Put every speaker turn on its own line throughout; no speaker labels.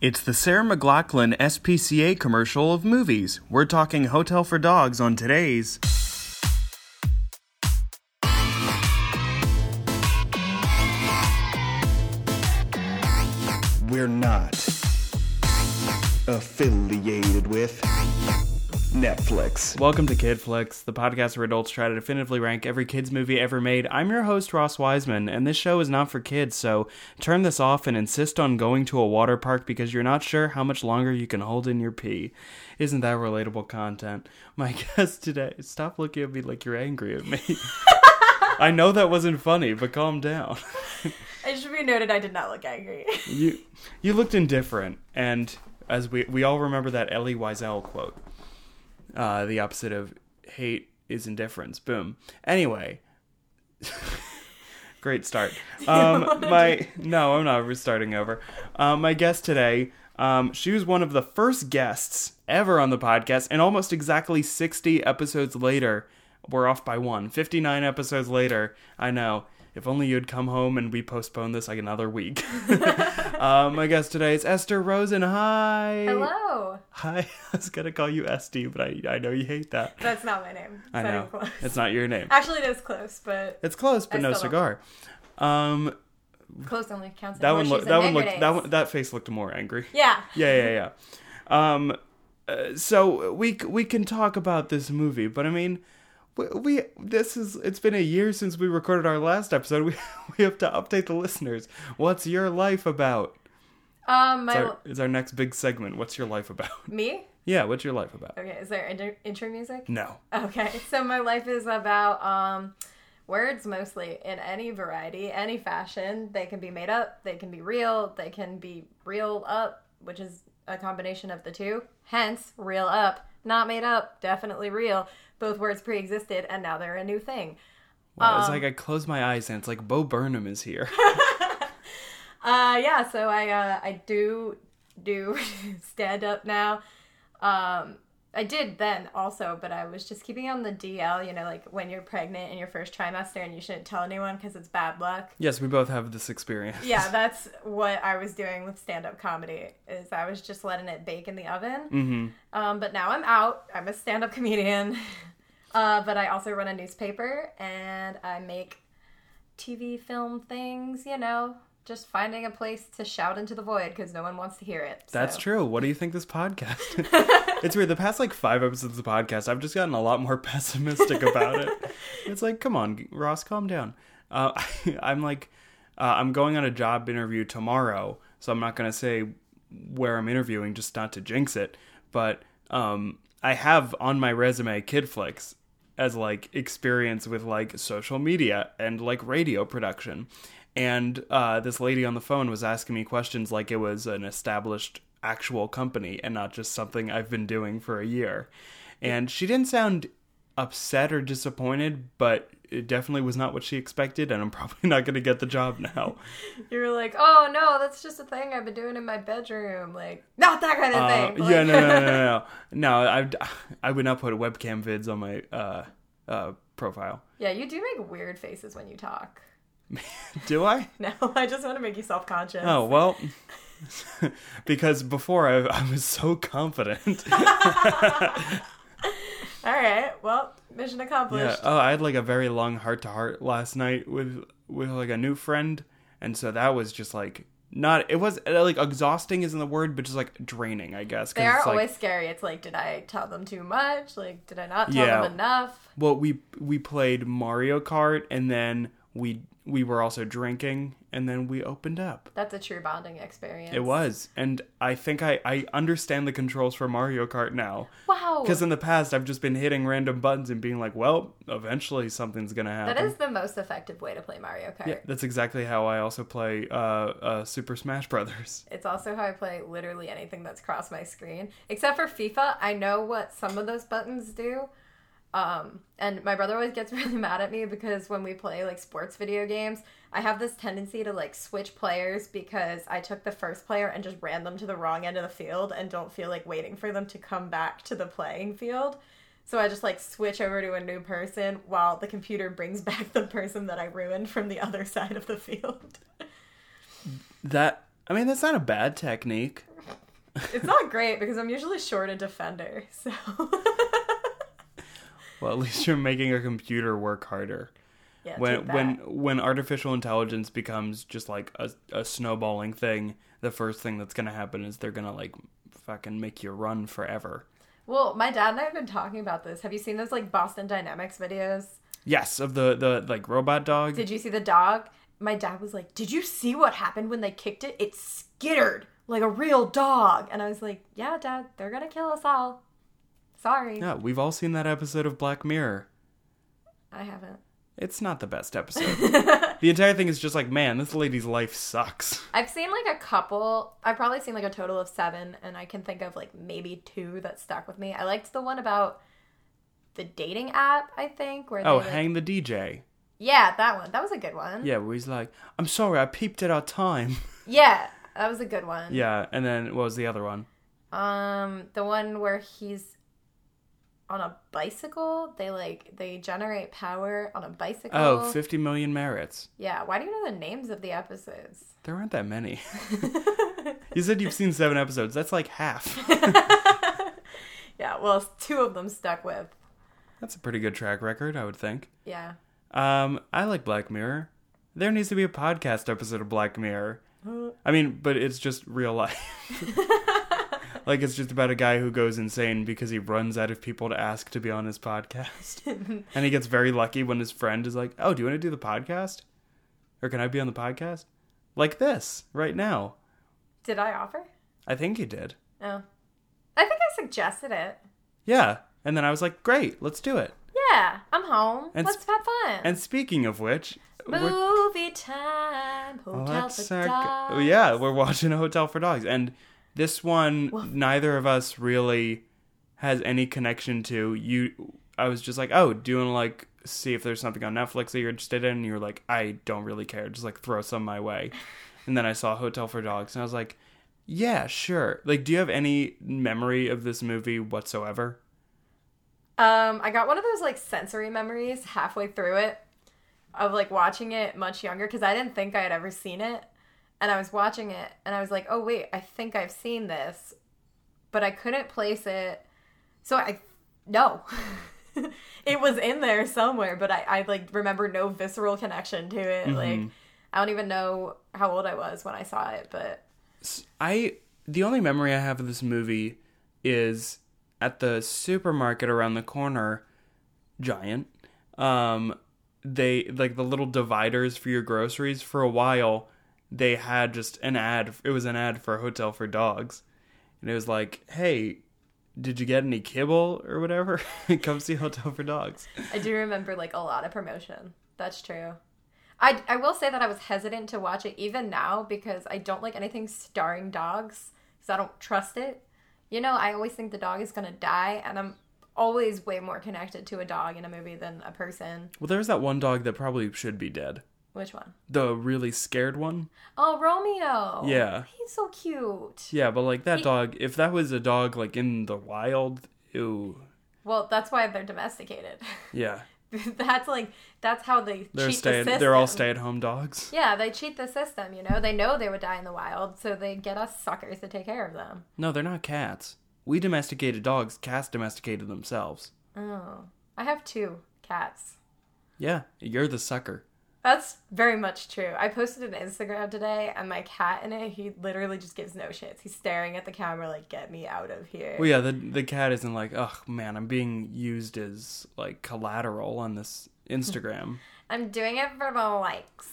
It's the Sarah McLaughlin SPCA commercial of movies. We're talking Hotel for Dogs on today's.
We're not affiliated with Netflix.
Welcome to KidFlix, the podcast where adults try to definitively rank every kids movie ever made. I'm your host Ross Wiseman, and this show is not for kids, so turn this off and insist on going to a water park because you're not sure how much longer you can hold in your pee. Isn't that relatable content? My guest today, stop looking at me like you're angry at me. I know that wasn't funny, but calm down.
It should be noted I did not look angry.
you you looked indifferent, and as we we all remember that Ellie Wiesel quote, uh, the opposite of hate is indifference. Boom. Anyway, great start. Um, my no, I'm not restarting over. Um, my guest today, um, she was one of the first guests ever on the podcast, and almost exactly 60 episodes later, we're off by one. 59 episodes later, I know. If only you'd come home and we postponed this like another week. um, my guest today is Esther Rosen. Hi.
Hello.
Hi, I was gonna call you Esty, but I I know you hate that.
That's not my name. It's
I
not
know
even close.
it's not your name.
Actually, it is close, but
It's close, but
I
no
still
cigar. Um,
close only counts.
that
anymore.
one looked
She's
that
in
one looked that
negatives.
one that face looked more angry.
Yeah.
Yeah, yeah, yeah. Um, uh, so we c- we can talk about this movie, but I mean, we, we this is it's been a year since we recorded our last episode. We we have to update the listeners. What's your life about?
Um, my
It's our, it's our next big segment. What's your life about?
me.
Yeah, what's your life about?
Okay, is there inter- intro music?
No.
Okay, so my life is about um, words mostly in any variety, any fashion. They can be made up, they can be real, they can be real up, which is a combination of the two. Hence, real up, not made up, definitely real. Both words pre existed and now they're a new thing.
Wow, Uh, it's like I close my eyes and it's like Bo Burnham is here.
Uh, yeah, so I uh, I do do stand up now. Um, I did then also, but I was just keeping on the DL. You know, like when you're pregnant in your first trimester and you shouldn't tell anyone because it's bad luck.
yes, we both have this experience.
Yeah, that's what I was doing with stand up comedy. Is I was just letting it bake in the oven.
Mm-hmm.
Um, but now I'm out. I'm a stand up comedian. Uh, but I also run a newspaper and I make TV film things, you know, just finding a place to shout into the void because no one wants to hear it.
That's true. What do you think this podcast? it's weird. The past like five episodes of the podcast, I've just gotten a lot more pessimistic about it. It's like, come on, Ross, calm down. Uh, I'm like, uh, I'm going on a job interview tomorrow, so I'm not gonna say where I'm interviewing, just not to jinx it. But um, I have on my resume KidFlix as like experience with like social media and like radio production. And uh, this lady on the phone was asking me questions like it was an established actual company and not just something I've been doing for a year. And she didn't sound upset or disappointed, but it definitely was not what she expected. And I'm probably not going to get the job now.
You were like, oh no, that's just a thing I've been doing in my bedroom. Like, not that kind of
Uh,
thing. but
yeah,
like-
no, no, no, no, no. no I, I would not put webcam vids on my uh, uh, profile.
yeah, you do make weird faces when you talk.
Do I?
No, I just want to make you self conscious.
Oh well, because before I, I was so confident.
All right, well, mission
yeah.
accomplished.
Oh, I had like a very long heart to heart last night with with like a new friend, and so that was just like not. It was uh, like exhausting isn't the word, but just like draining, I guess. 'cause
They are
it's, like,
always scary. It's like, did I tell them too much? Like, did I not tell
Yeah.
them enough?
Well, we we played Mario Kart, and then we we were also drinking, and then we opened up.
That's a true bonding experience.
It was, and I think I I understand the controls for Mario Kart now.
Wow.
Because in the past, I've just been hitting random buttons and being like, well, eventually something's going to happen.
That is the most effective way to play Mario Kart.
Yeah, that's exactly how I also play uh, uh, Super Smash Brothers.
It's also how I play literally anything that's across my screen. Except for FIFA, I know what some of those buttons do. Um, and my brother always gets really mad at me because when we play like sports video games, I have this tendency to like switch players because I took the first player and just ran them to the wrong end of the field and don't feel like waiting for them to come back to the playing field. So I just like switch over to a new person while the computer brings back the person that I ruined from the other side of the field.
That, I mean, that's not a bad technique.
It's not great because I'm usually short a defender, so
Well, at least you're making a computer work harder.
yeah. take
when
that.
when when artificial intelligence becomes just like a, a snowballing thing, the first thing that's gonna happen is they're gonna like fucking make you run forever.
well, my dad and I have been talking about this. Have you seen those like Boston Dynamics videos?
Yes, of the the like robot dog.
Did you see the dog? My dad was like, "Did you see what happened when they kicked it? It skittered like a real dog." And I was like, "Yeah, dad, they're gonna kill us all." Sorry,
yeah, we've all seen that episode of Black Mirror.
I haven't.
It's not the best episode. the entire thing is just like, man, this lady's life sucks.
I've seen like a couple. I've probably seen like a total of seven, and I can think of like maybe two that stuck with me. I liked the one about the dating app. I think where
Oh,
they, like-
hang the DJ.
yeah, that one. That was a good one.
Yeah, where he's like, I'm sorry, I peeped at our time.
Yeah, that was a good one.
yeah, and then what was the other one?
Um, the one where he's on a bicycle. They like they generate power on a bicycle.
Oh, 50 million merits.
yeah. Why do you know the names of the episodes?
There aren't that many. you said you've seen seven episodes. That's like half.
Yeah. Well, two of them stuck with.
That's a pretty good track record, I would think.
Yeah.
Um, I like Black Mirror. There needs to be a podcast episode of Black Mirror. I mean, but it's just real life. like it's just about a guy who goes insane because he runs out of people to ask to be on his podcast. and he gets very lucky when his friend is like, "Oh, do you want to do the podcast? Or can I be on the podcast?" Like this right now.
Did I offer?
I think he did.
Oh. I think I suggested it.
Yeah. And then I was like, "Great, let's do it."
Yeah, I'm home.
And
Let's
sp-
have fun.
And speaking of which, we're-
Movie time. Hotel
Let's
for
not go-
dogs.
Oh, Yeah, we're watching a hotel for dogs, and this one neither of us really has any connection to. You, I was just like, oh, do you want to like see if there's something on Netflix that you're interested in? And you were like, I don't really care, just like throw some my way. And then I saw Hotel for Dogs, and I was like, yeah, sure. Like, do you have any memory of this movie whatsoever?
Um, I got one of those like sensory memories halfway through it of like watching it much younger because I didn't think I had ever seen it. And I was watching it and I was like, oh, wait, I think I've seen this, but I couldn't place it. So I, no. it was in there somewhere, but I, I like remember no visceral connection to it. Like, I don't even know how old I was when I saw it, but
I the only memory I have of this movie is at the supermarket around the corner, giant. Um, they like the little dividers for your groceries. For a while, they had just an ad. It was an ad for a hotel for dogs, and it was like, "Hey, did you get any kibble or whatever? Come see Hotel for Dogs."
I do remember like a lot of promotion. That's true. I, I will say that I was hesitant to watch it even now because I don't like anything starring dogs because I don't trust it. You know, I always think the dog is going to die, and I'm always way more connected to a dog in a movie than a person.
Well, there's that one dog that probably should be dead.
Which one?
The really scared one.
Oh, Romeo.
Yeah.
He's so cute.
Yeah, but like that dog. If that was a dog like in the wild, ew.
Well, that's why they're domesticated.
Yeah.
that's like, that's how they
They're
cheat
stay
the system.
they're all stay at home dogs.
Yeah, they cheat the system, you know? They know they would die in the wild, so they get us suckers to take care of them.
No, they're not cats. We domesticated dogs, cats domesticated themselves.
Oh. I have two cats.
Yeah, you're the sucker.
That's very much true. I posted an Instagram today, and my cat in it, he literally just gives no shits. He's staring at the camera like, get me out of here.
Well yeah, the the cat isn't like, oh man, I'm being used as like collateral on this Instagram.
I'm doing it for the likes.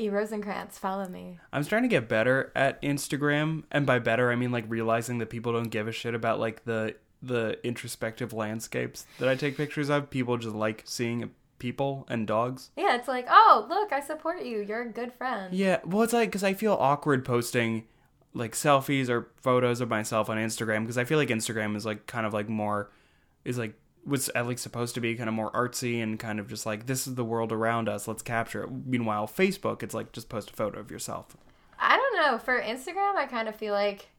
E. Rosencrantz, follow me.
I'm trying to get better at Instagram, and by better I mean like realizing that people don't give a shit about like the the introspective landscapes that I take pictures of. People just like seeing people and dogs.
Yeah, it's like, oh, look, I support you. You're a good friend.
Yeah, well, it's like because I feel awkward posting like selfies or photos of myself on Instagram because I feel like Instagram is like kind of like more is like was at least supposed to be kind of more artsy and kind of just like this is the world around us, let's capture it. Meanwhile, Facebook, it's like just post a photo of yourself.
I don't know. For Instagram, I kind of feel like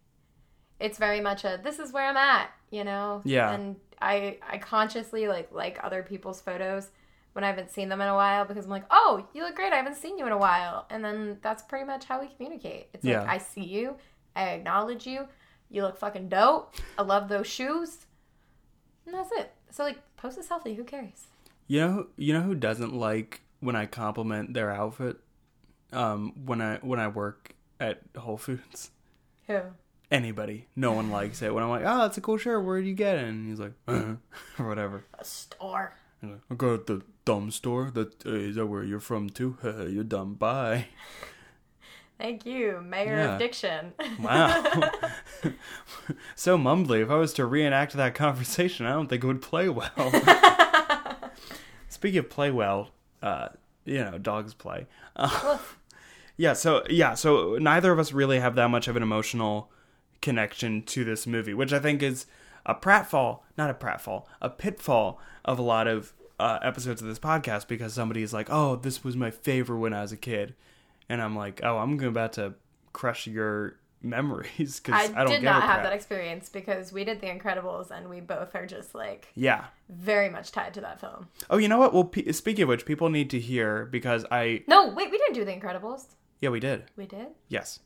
it's very much a this is where I'm at, you know.
Yeah.
And I I consciously like like other people's photos when I haven't seen them in a while because I'm like, oh, you look great. I haven't seen you in a while, and then that's pretty much how we communicate. It's
Yeah.
like I see you, I acknowledge you. You look fucking dope. I love those shoes. And that's it. So like, post is healthy. Who cares?
You know, you know who doesn't like when I compliment their outfit. Um, when I when I work at Whole Foods,
Who?
anybody, no one likes it. When I'm like, oh, that's a cool shirt. Where would you get it? And he's like, uh, or whatever.
A store.
I'm like, I go to the dumb store. That uh, is that where you're from too? you're dumb. Bye.
Thank you, Mayor
Yeah.
of Diction.
Wow. so mumbly. If I was to reenact that conversation, I don't think it would play well. Speaking of play well, uh, you know, dogs play. Uh, yeah, so yeah, so neither of us really have that much of an emotional connection to this movie, which I think is a pratfall, not a pratfall, a pitfall of a lot of uh, episodes of this podcast because somebody is like, "Oh, this was my favorite when I was a kid," and I'm like, "Oh, I'm about to crush your memories
I,
because I, don't
did
give
not
a
have
crap."
that experience because we did The Incredibles and we both are just like
yeah.
very much tied to that film.
Oh, you know what? Well, pe speaking of which, people need to hear because I
No, wait, we didn't do The Incredibles.
yeah we did
We did.
yes,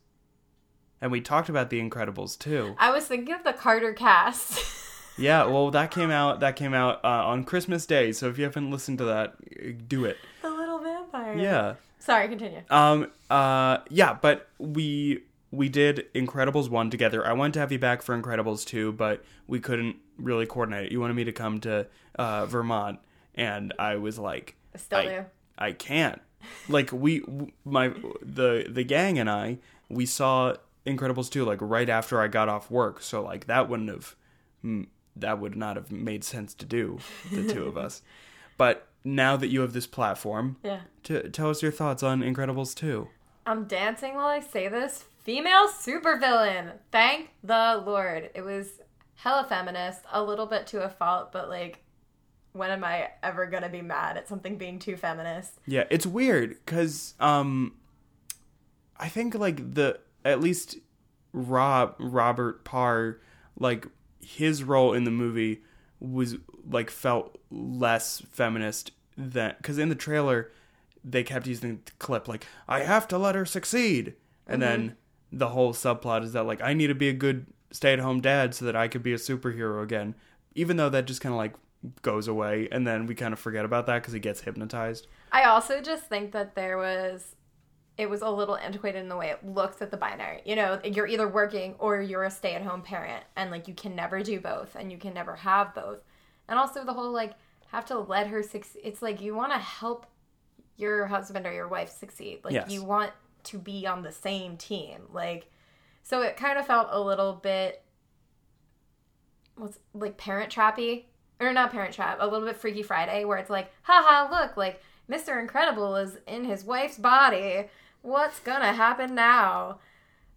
and we talked about the Incredibles too.
I was thinking of the Carter cast.
Yeah, well, that came out that came out uh, on Christmas Day. So if you haven't listened to that, uh, do it.
the little vampire.
Yeah.
Sorry, continue.
Um. Uh. Yeah. But we we did Incredibles one together. I wanted to have you back for Incredibles two, but we couldn't really coordinate it. You wanted me to come to uh, Vermont, and I was like,
I still
I,
do.
I can't. Like we, w- my the the gang and I, we saw Incredibles two like right after I got off work. So like that wouldn't have, mm, that would not have made sense to do the two of us. But now that you have this platform,
Yeah.
to tell us your thoughts on Incredibles 2.
I'm dancing while I say this. Female supervillain. Thank the Lord. It was hella feminist, a little bit to a fault, but like, when am I ever gonna be mad at something being too feminist?
Yeah, it's weird cuz um I think like the at least Rob Robert Parr like his role in the movie was like felt less feminist than cuz in the trailer they kept using the clip like I have to let her succeed and then the whole subplot is that like I need to be a good stay-at-home dad so that I could be a superhero again even though that just kind of like goes away and then we kind of forget about that cuz he gets hypnotized
I also just think that there was. It was a little antiquated in the way it looks at the binary. You know, you're either working or you're a stay at home parent, and like you can never do both and you can never have both. And also, the whole like, have to let her succeed. It's like you want to help your husband or your wife succeed. Like,
Yes.
you want to be on the same team. Like, so it kind of felt a little bit what's like parent trappy or not parent trap a little bit freaky friday where it's like haha look like mr incredible is in his wife's body what's gonna happen now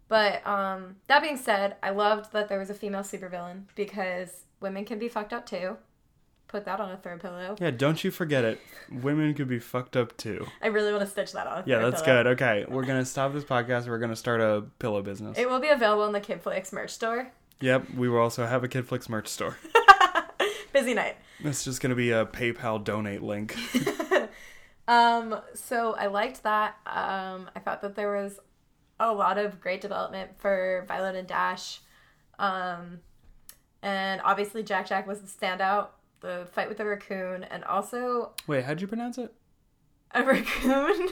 but um that being said i loved that there was a female supervillain because women can be fucked up too put that on a throw pillow
Yeah, don't you forget it. Women could be fucked up too.
i really want to stitch that on a
Yeah,
throw
that's
pillow.
good. Okay, we're gonna stop this podcast. We're gonna start a pillow business.
it will be available in the kidflix merch store
Yep, we will also have a Kidflix merch store.
busy night
It's just gonna be a PayPal donate link.
Um, so I liked that. Um, I thought that there was a lot of great development for Violet and Dash. Um, and obviously Jack Jack was the standout, the fight with the raccoon, and also
Wait, how'd you pronounce it?
a raccoon.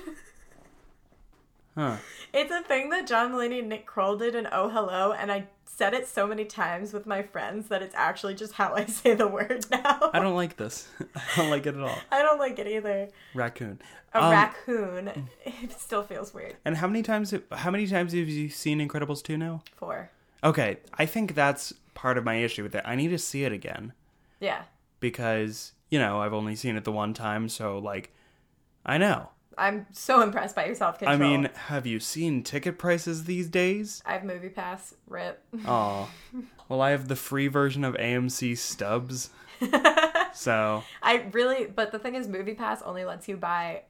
Huh.
it's a thing that John Mulaney and Nick Kroll did in Oh Hello, and I said it so many times with my friends that it's actually just how I say the word now.
I don't like this. I don't like it at all.
I don't like it either.
Raccoon.
A
Um,
raccoon. It still feels weird.
And how many times? How many times have you seen Incredibles two now?
Four.
Okay, I think that's part of my issue with it. I need to see it again.
Yeah.
because you know I've only seen it the one time, so like I know.
I'm so impressed by yourself. Control.
I mean, have you seen ticket prices these days?
I have movie pass. Rip.
Oh, well, I have the free version of AMC Stubs, so
I really, but the thing is, movie pass only lets you buy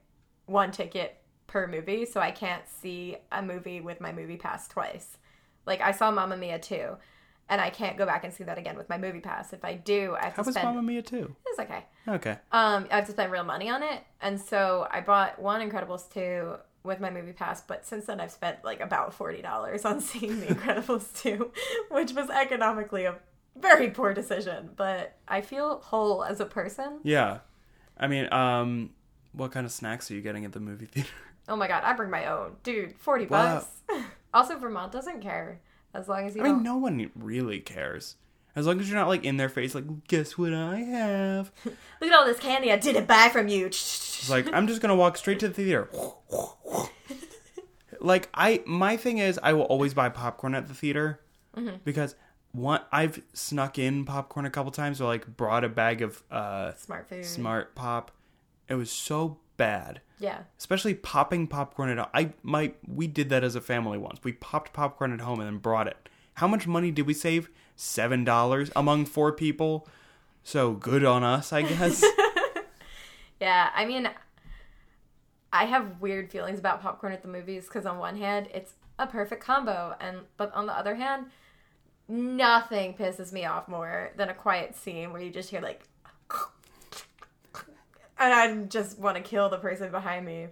one ticket per movie, so I can't see a movie with my movie pass twice. Like I saw Mamma Mia too, and I can't go back and see that again with my movie pass. If I do, I have
how
to
was
spend.
Mamma Mia too?
It's okay.
Okay,
Um, I have to spend real money on it, and so I bought one Incredibles two, with my movie pass, but since then I've spent like about forty dollars on seeing The Incredibles two, which was economically a very poor decision. But I feel whole as a person.
Yeah. I mean, um, what kind of snacks are you getting at the movie theater?
Oh my god, I bring my own, dude. Forty
Wow.
bucks. also, Vermont doesn't care as long as you
I mean,
don't.
no one really cares. As long as you're not like in their face, like, guess what I have?
Look at all this candy I didn't buy from you.
It's like I'm just gonna walk straight to the theater. like I, my thing is, I will always buy popcorn at the theater because one, I've snuck in popcorn a couple times or like brought a bag of uh,
Smart food.
smart pop. It was so bad,
Yeah.
especially popping popcorn at. I my we did that as a family once. We popped popcorn at home and then brought it. How much money did we save? Seven dollars among four people. So good on us, I guess.
Yeah, I mean, I have weird feelings about popcorn at the movies because on one hand, it's a perfect combo, and but on the other hand, nothing pisses me off more than a quiet scene where you just hear like, and I just want to kill the person behind me.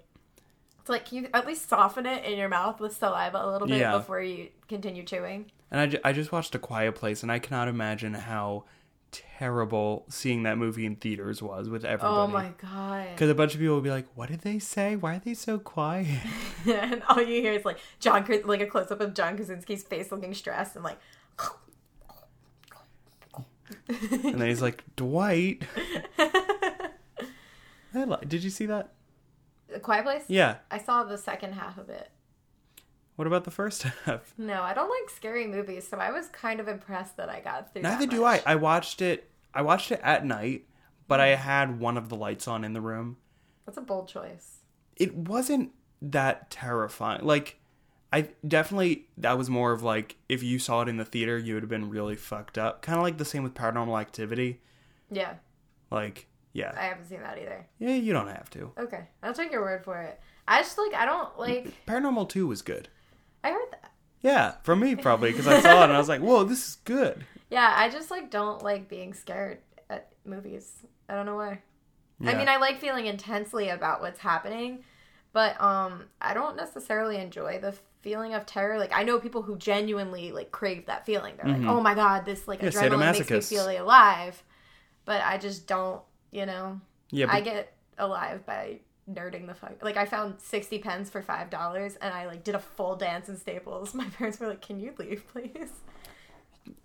It's like can you at least soften it in your mouth with saliva a little bit
Yeah.
before you continue chewing.
And I, ju- I just watched A Quiet Place, and I cannot imagine how terrible seeing that movie in theaters was with everybody.
Oh my god!
Because a bunch of people would be like, "What did they say? Why are they so quiet?"
and all you hear is like John, Kras- like a close up of John Krasinski's face looking stressed and like.
and then he's like, "Dwight." I li- did you see that?
A Quiet Place?
Yeah.
I saw the second half of it.
What about the first half?
No, I don't like scary movies, so I was kind of impressed that I got through.
Neither do I. I watched it. I watched it at night, but I had one of the lights on in the room.
That's a bold choice.
it wasn't that terrifying. Like, I definitely that was more of like if you saw it in the theater, you would have been really fucked up. Kind of like the same with Paranormal Activity.
Yeah,
Like, yeah,
I haven't seen that either.
yeah, you don't have to.
Okay, I'll take your word for it. I just like I don't like.
Paranormal Two was good.
I heard that.
Yeah, for me probably because I saw it and I was like, whoa, this is good.
Yeah, I just like don't like being scared at movies. I don't know why. I
Yeah.
mean, I like feeling intensely about what's happening, but um I don't necessarily enjoy the feeling of terror. Like I know people who genuinely like crave that feeling. They're like, "Oh my god, this like
Mm-hmm. Yeah,
adrenaline makes me
sadomasochists.
feel alive." But I just don't, you know.
yeah, but
I get alive by nerding the fuck. Like I found 60 pens for $5 and I like did a full dance in Staples. My parents were like, "Can you leave, please?"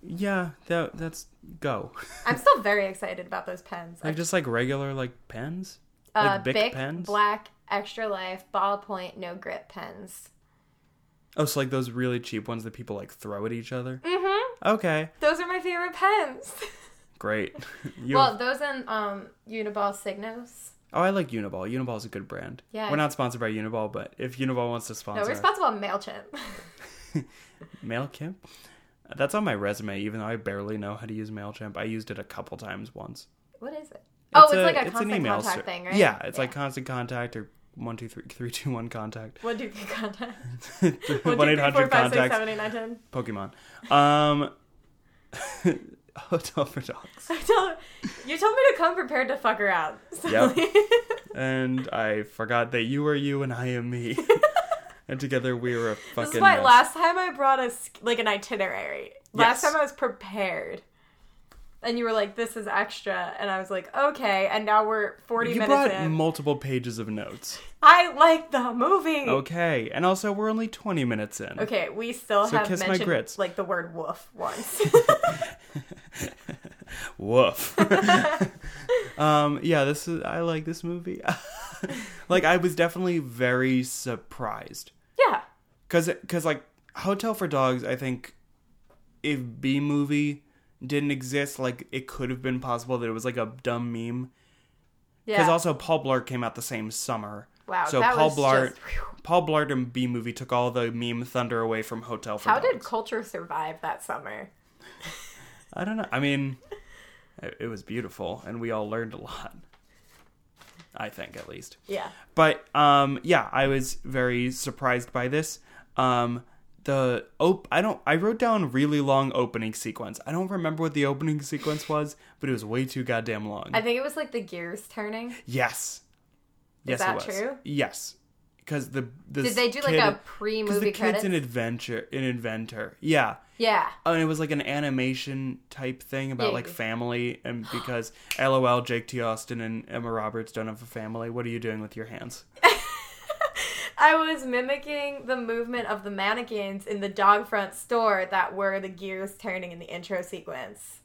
yeah, that that's go.
I'm still very excited about those pens.
like just like regular like pens,
uh,
like Bic,
Bic
pens.
black extra life ballpoint no grit pens.
oh, so like those really cheap ones that people like throw at each other. Mm-hmm. Okay,
Those are my favorite pens.
great. you
well, those and um Uniball Signos.
Oh, I like Uniball. Uniball's a good brand.
Yeah.
We're not sponsored by Uniball, but if Uniball wants to
No,
sponsor
we're
us,
responsible on Mailchimp.
MailChimp, that's on my resume, even though I barely know how to use MailChimp. I used it a couple times once.
what is it? Oh, it's,
a-
like a
an
constant
email
contact
ser-
thing, right?
Yeah, it's like constant contact or one two three three two one contact.
what do you think contact?
One eight hundred contacts.
seven eight nine ten.
Pokemon. Um, hotel for dogs.
Tell, you told me to come prepared to fuck around. So
Yep. And I forgot that you are you and I am me, and together we were a fucking.
this is why
mess.
last time I brought us like an itinerary. Last
Yes.
time I was prepared. And you were like, this is extra. And I was like, okay. And now we're 40
You
minutes
brought
in.
multiple pages of notes.
I like the movie.
Okay, and also we're only 20 minutes in.
Okay, we still
So
have
kiss my
mentioned
grits.
like the word woof once.
Woof. um, yeah, this is I like this movie. like I was definitely very surprised
yeah.
because because like Hotel for Dogs, I think if B movie didn't exist, like it could have been possible that it was like a dumb meme. Because
Yeah.
also Paul Blart came out the same summer.
Wow,
So
that
Paul
was
Blart,
just- whew.
Paul Blart and B movie took all the meme thunder away from Hotel for
How
Dogs.
did culture survive that summer?
I don't know. I mean, it, it was beautiful, and we all learned a lot. I think, at least.
Yeah.
But um, yeah, I was very surprised by this. Um, the op- I don't. I wrote down really long opening sequence. I don't remember what the opening sequence was, but it was way too goddamn long.
I think it was like the gears turning.
yes. yes,
that
it was.
true?
Yes, because the this
Did they do like
kid-
a
'cause
pre-movie
the kid's
credits?
an adventure, an inventor. Yeah,
yeah.
Oh, and it was like an animation type thing about
Yeah.
like family and because LOL, Jake T. Austin and Emma Roberts don't have a family. What are you doing with your hands?
I was mimicking the movement of the mannequins in the dog front store that were the gears turning in the intro sequence.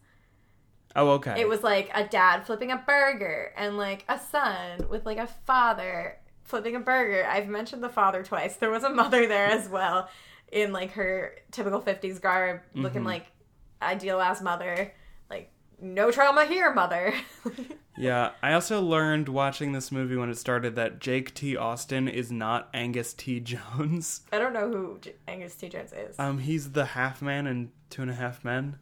Oh, okay.
It was like a dad flipping a burger and like a son with like a father flipping a burger. I've mentioned the father twice. There was a mother there as well in like her typical 50s garb looking like ideal ass mother. Like, no trauma here, mother.
yeah. I also learned watching this movie when it started that Jake T. Austin is not Angus T. Jones.
I don't know who J- Angus T. Jones is.
Um, he's the half man in Two and a Half Men.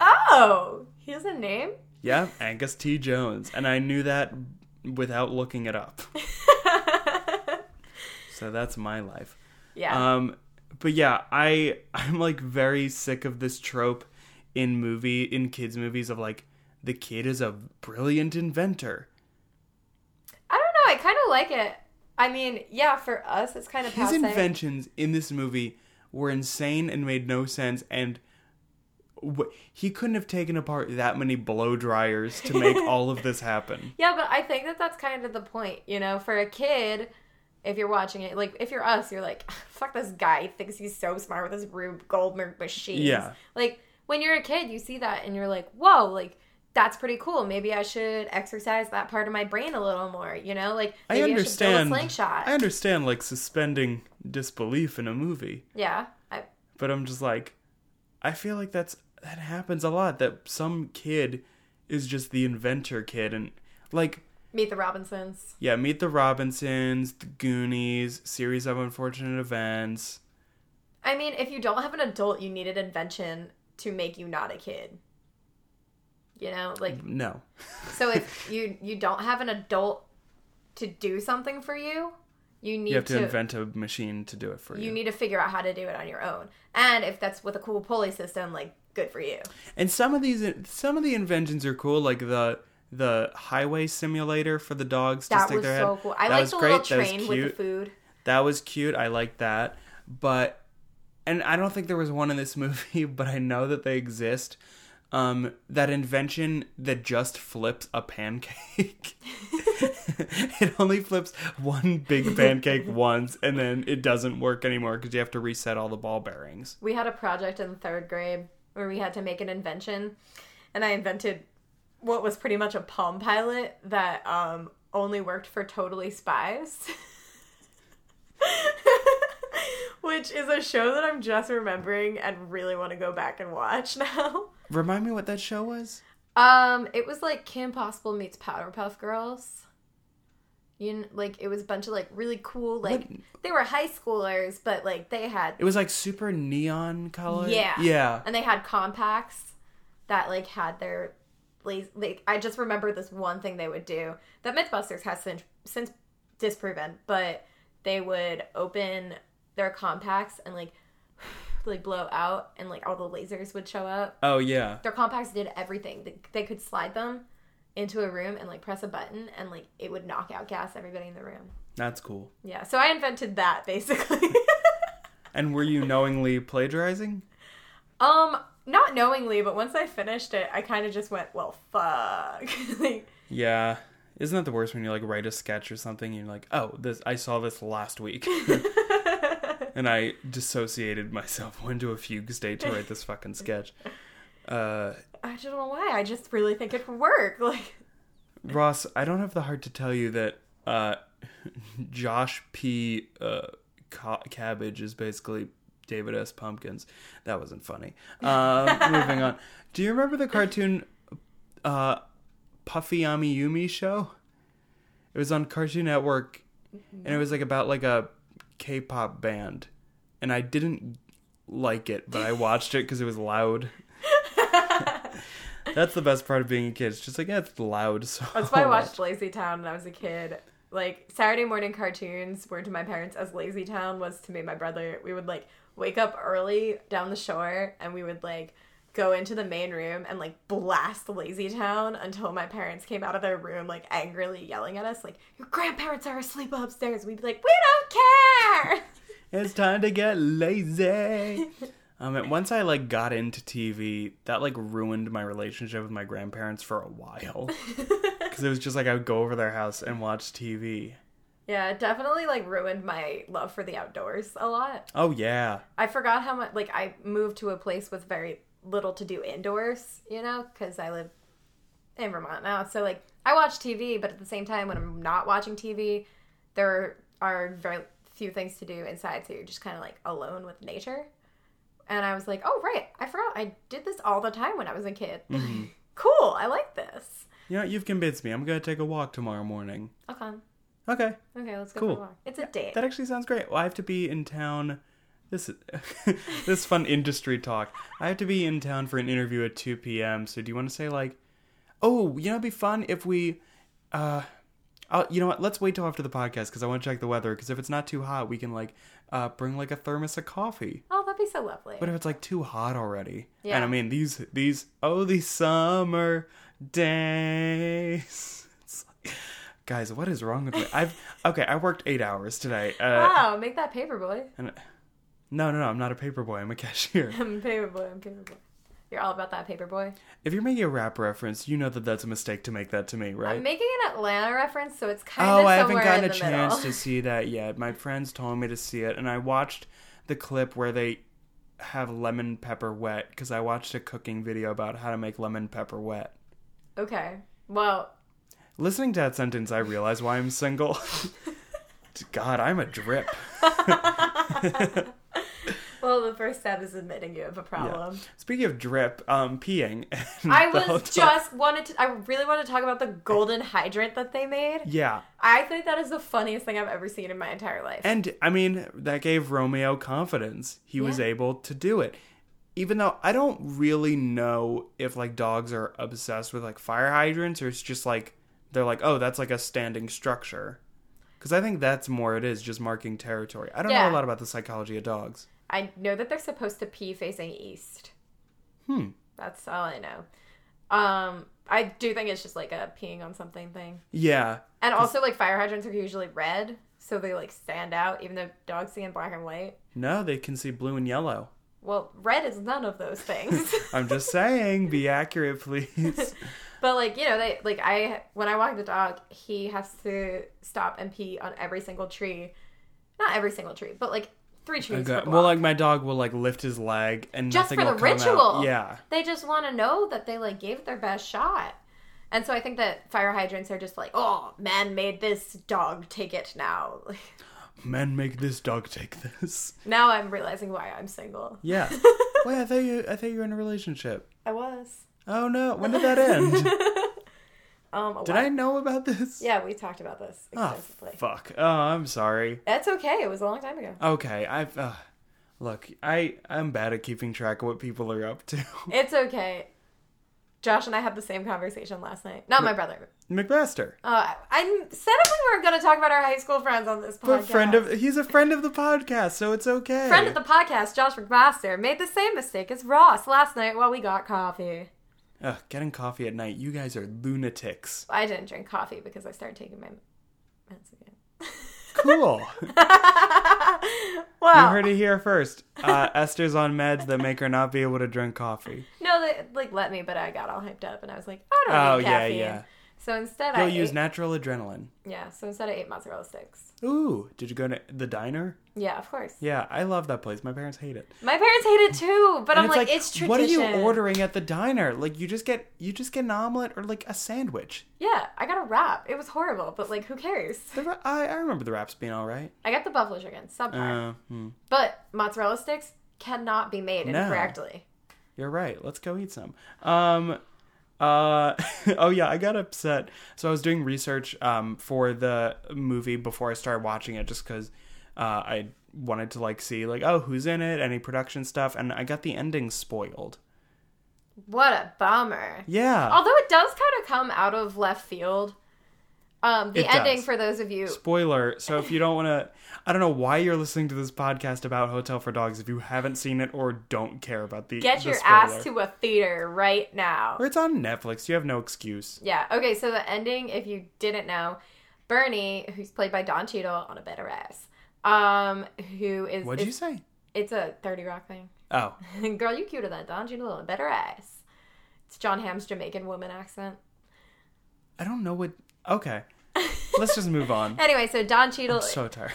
oh! He has a name?
Yeah, Angus T. Jones, and I knew that without looking it up. so that's my life.
Yeah.
Um, but yeah, I I'm like very sick of this trope in movie in kids movies of like the kid is a brilliant inventor.
I don't know. I kind of like it. I mean, yeah, for us, it's kind of
His
passing.
inventions in this movie were insane and made no sense and w- he couldn't have taken apart that many blow dryers to make all of this happen.
yeah, but I think that that's kind of the point, you know, for a kid. If you're watching it, like if you're us, you're like, fuck this guy he thinks he's so smart with his Rube Goldberg machines.
Yeah.
Like when you're a kid, you see that and you're like, whoa, like that's pretty cool. Maybe I should exercise that part of my brain a little more, you know? Like
I
maybe should
understand.
build a slingshot.
I understand like suspending disbelief in a movie,
yeah. I,
but I'm just like, I feel like that's that happens a lot. That some kid is just the inventor kid, and like,
meet the Robinsons.
yeah, Meet the Robinsons, The Goonies, Series of Unfortunate Events.
I mean, if you don't have an adult, you need an invention to make you not a kid. You know, like
No,
so if you you don't have an adult to do something for you, you need
you have to,
to,
invent a machine to do it for you.
you need to figure out how to do it on your own. And if that's with a cool pulley system, like good for you.
and some of these, some of the inventions are cool, like the. The highway simulator for the dogs to
That
stick
was
their
so
head.
cool. I
That
like
was
the
great.
little
That was
train with the
cute.
food.
That was cute. I like that. But and I don't think there was one in this movie, but I know that they exist. Um, that invention that just flips a pancake. it only flips one big pancake once, and then it doesn't work anymore because you have to reset all the ball bearings.
We had a project in third grade where we had to make an invention, and I invented what was pretty much a Palm Pilot that um, only worked for totally spies. Which is a show that I'm just remembering and really want to go back and watch now.
Remind me what that show was.
Um, it was like Kim Possible meets Powerpuff Girls. You kn- like it was a bunch of like really cool like they were high schoolers, but like they had
It was like super neon color.
Yeah.
Yeah.
and they had compacts that like had their lazy, like I just remember this one thing they would do that MythBusters has since since disproven, but they would open their compacts and like like blow out and like all the lasers would show up.
Oh yeah.
Their compacts did everything. They, they could slide them into a room and like press a button and like it would knock out gas everybody in the room.
That's cool.
Yeah, so I invented that basically.
And were you knowingly plagiarizing?
Um, not knowingly, but once I finished it, I kind of just went, well, fuck. like,
Yeah. Isn't that the worst when you like write a sketch or something and you're like, oh, this I saw this last week. and I dissociated myself, went to a fugue state to write this fucking sketch. Uh
I don't know why. I just really think it would work. Like,
Ross, I don't have the heart to tell you that uh Josh P uh Ca- cabbage is basically David S. Pumpkins. That wasn't funny. Uh, moving on. Do you remember the cartoon uh, Puffy Ami Yumi show? It was on Cartoon Network, and it was like about like a K-pop band, and I didn't like it, but I watched it because it was loud. That's the best part of being a kid. It's just like yeah, it's loud. So
that's why I watched Lazy Town when I was a kid. Like, Saturday morning cartoons were to my parents as Lazy Town was to me and my brother. We would, like, wake up early down the shore and we would, like, go into the main room and like blast Lazy Town until my parents came out of their room like angrily yelling at us like your grandparents are asleep upstairs. And we'd be like, "We don't care."
It's time to get lazy. Um, and once I like got into TV, that like ruined my relationship with my grandparents for a while. Because it was just like I would go over their house and watch TV.
yeah, it definitely like ruined my love for the outdoors a lot.
Oh yeah,
I forgot how much like I moved to a place with very little to do indoors, you know, because I live in Vermont now. So like I watch TV, but at the same time, when I'm not watching TV, there are very few things to do inside, so you're just kind of like alone with nature. And I was like, oh right, I forgot I did this all the time when I was a kid.
Mm-hmm.
cool, I like this.
you know you've convinced me. I'm gonna take a walk tomorrow morning.
Okay,
Okay,
okay, let's go
Cool.
for a walk. It's a date.
that actually sounds great. Well, I have to be in town. This this is fun industry talk. I have to be in town for an interview at two p.m. So do you want to say like, oh, you know, it'd be fun if we, uh, I'll, you know what? Let's wait till after the podcast because I want to check the weather. Because if it's not too hot, we can like uh, bring like a thermos of coffee.
oh, that'd be so lovely.
But if it's like too hot already,
Yeah.
and I mean these these oh these summer days. It's like- Guys, what is wrong with me? I've okay. I worked eight hours today. Uh,
Wow, make that paper boy.
and no, no, no, I'm not a paper boy. I'm a cashier.
I'm paper boy. I'm paper boy. You're all about that paper boy.
if you're making a rap reference, you know that that's a mistake to make that to me, right?
I'm making an Atlanta reference, so it's kind of
oh,
somewhere
I haven't gotten
in
a
the
chance
middle.
to see that yet. My friends told me to see it, and I watched the clip where they have lemon pepper wet because I watched a cooking video about how to make lemon pepper wet.
Okay. Well,
Listening to that sentence, I realize why I'm single. God, I'm a drip.
well, the first step is admitting you have a problem.
Speaking of drip, um, peeing. and
I
the hotel-
was just wanted to. I really want to talk about the golden hydrant that they made.
yeah.
I think that is the funniest thing I've ever seen in my entire life.
And I mean, that gave Romeo confidence. He was
Yeah.
able to do it. Even though I don't really know if like dogs are obsessed with like fire hydrants or it's just like they're like, oh, that's like a standing structure. Because I think that's more it is just marking territory. I don't
Yeah.
know a lot about the psychology of dogs.
I know that they're supposed to pee facing east. Hmm. That's all I know. Um, I do think it's just like a peeing on something thing.
Yeah.
And also, like fire hydrants are usually red, so they like stand out, even though dogs see in black and white.
No, they can see blue and yellow.
Well, red is none of those things.
I'm just saying, be accurate, please.
but like, you know, they like I when I walk the dog, he has to stop and pee on every single tree. Not every single tree, but like three trees.
Okay.
per
Well,
block.
like my dog will like lift his leg and
just
nothing
for the
will come
ritual.
Out. Yeah.
They just want to know that they like gave it their best shot. And so I think that fire hydrants are just like, oh, man made this dog take it now.
Men make this dog take this.
now I'm realizing why I'm single.
Yeah. Wait, I thought you I thought you were in a relationship.
I was.
Oh no, when did that end?
Um, a
Did I know about this?
Yeah, we talked about this
Oh,
extensively.
fuck. Oh, I'm sorry.
That's okay. It was a long time ago.
Okay, I've uh, look, I I'm bad at keeping track of what people are up to.
It's okay. Josh and I had the same conversation last night. Not my brother.
McMaster.
Uh, I said we weren't going to talk about our high school friends on this podcast.
But friend of he's a friend of the podcast, so it's okay.
Oh friend of the podcast, Josh McMaster, made the same mistake as Ross last night while we got coffee.
Ugh, getting coffee at night. You guys are lunatics.
I didn't drink coffee because I started taking my meds again.
Cool. you
Wow.
heard it here first. Uh, Esther's on meds that make her not be able to drink coffee.
no, they like let me, but I got all hyped up and I was like, I don't
Oh,
need
yeah,
caffeine.
yeah.
So instead, I
You'll use
ate-
natural adrenaline.
yeah. So instead, I ate mozzarella sticks.
Ooh, did you go to the diner?
Yeah, of course.
Yeah, I love that place. My parents hate it.
My parents hate it too, but I'm
And
like, it's tradition.
What are you ordering at the diner? Like you just get you just get an omelet or like a sandwich.
Yeah, I got a wrap. It was horrible, but like, who cares?
The, ra- I I remember the wraps being all right.
I got the buffalo chicken, subpar.
Uh, hmm.
but mozzarella sticks cannot be made
No.
incorrectly.
You're right. Let's go eat some. Um, uh, oh yeah, I got upset. So I was doing research um, for the movie before I started watching it, just because uh, I wanted to like see like oh who's in it, any production stuff, and I got the ending spoiled.
What a bummer.
Yeah.
Although it does kind of come out of left field. Um, the
It does.
ending for those of you.
Spoiler. So if you don't want to, I don't know why you're listening to this podcast about Hotel for Dogs if you haven't seen it or don't care about the
Get
the
your
spoiler.
ass to a theater right now.
Or it's on Netflix. You have no excuse.
Yeah. Okay. So the ending, if you didn't know, Bernie, who's played by Don Cheadle on a better ass, um, who is
What'd you
it's,
say?
it's a Thirty Rock thing.
Oh,
Girl, you cuter than Don Cheadle on a better ass. It's John Hamm's Jamaican woman accent.
I don't know what. Okay, let's just move on.
Anyway, so Don Cheadle,
I'm so tired.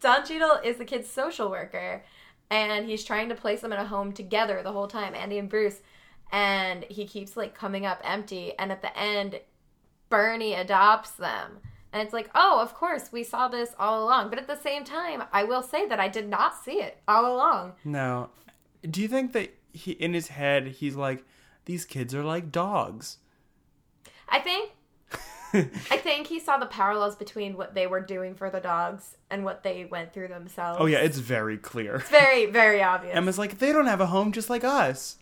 Don Cheadle is the kid's social worker, and he's trying to place them in a home together the whole time, Andy and Bruce, and he keeps like coming up empty. And at the end, Bernie adopts them, and it's like, oh, of course, we saw this all along. But at the same time, I will say that I did not see it all along.
No. Do you think that he in his head he's like these kids are like dogs?
I think. I think he saw the parallels between what they were doing for the dogs and what they went through themselves.
Oh yeah, it's very clear.
very, very obvious.
Emma's like they don't have a home just like us.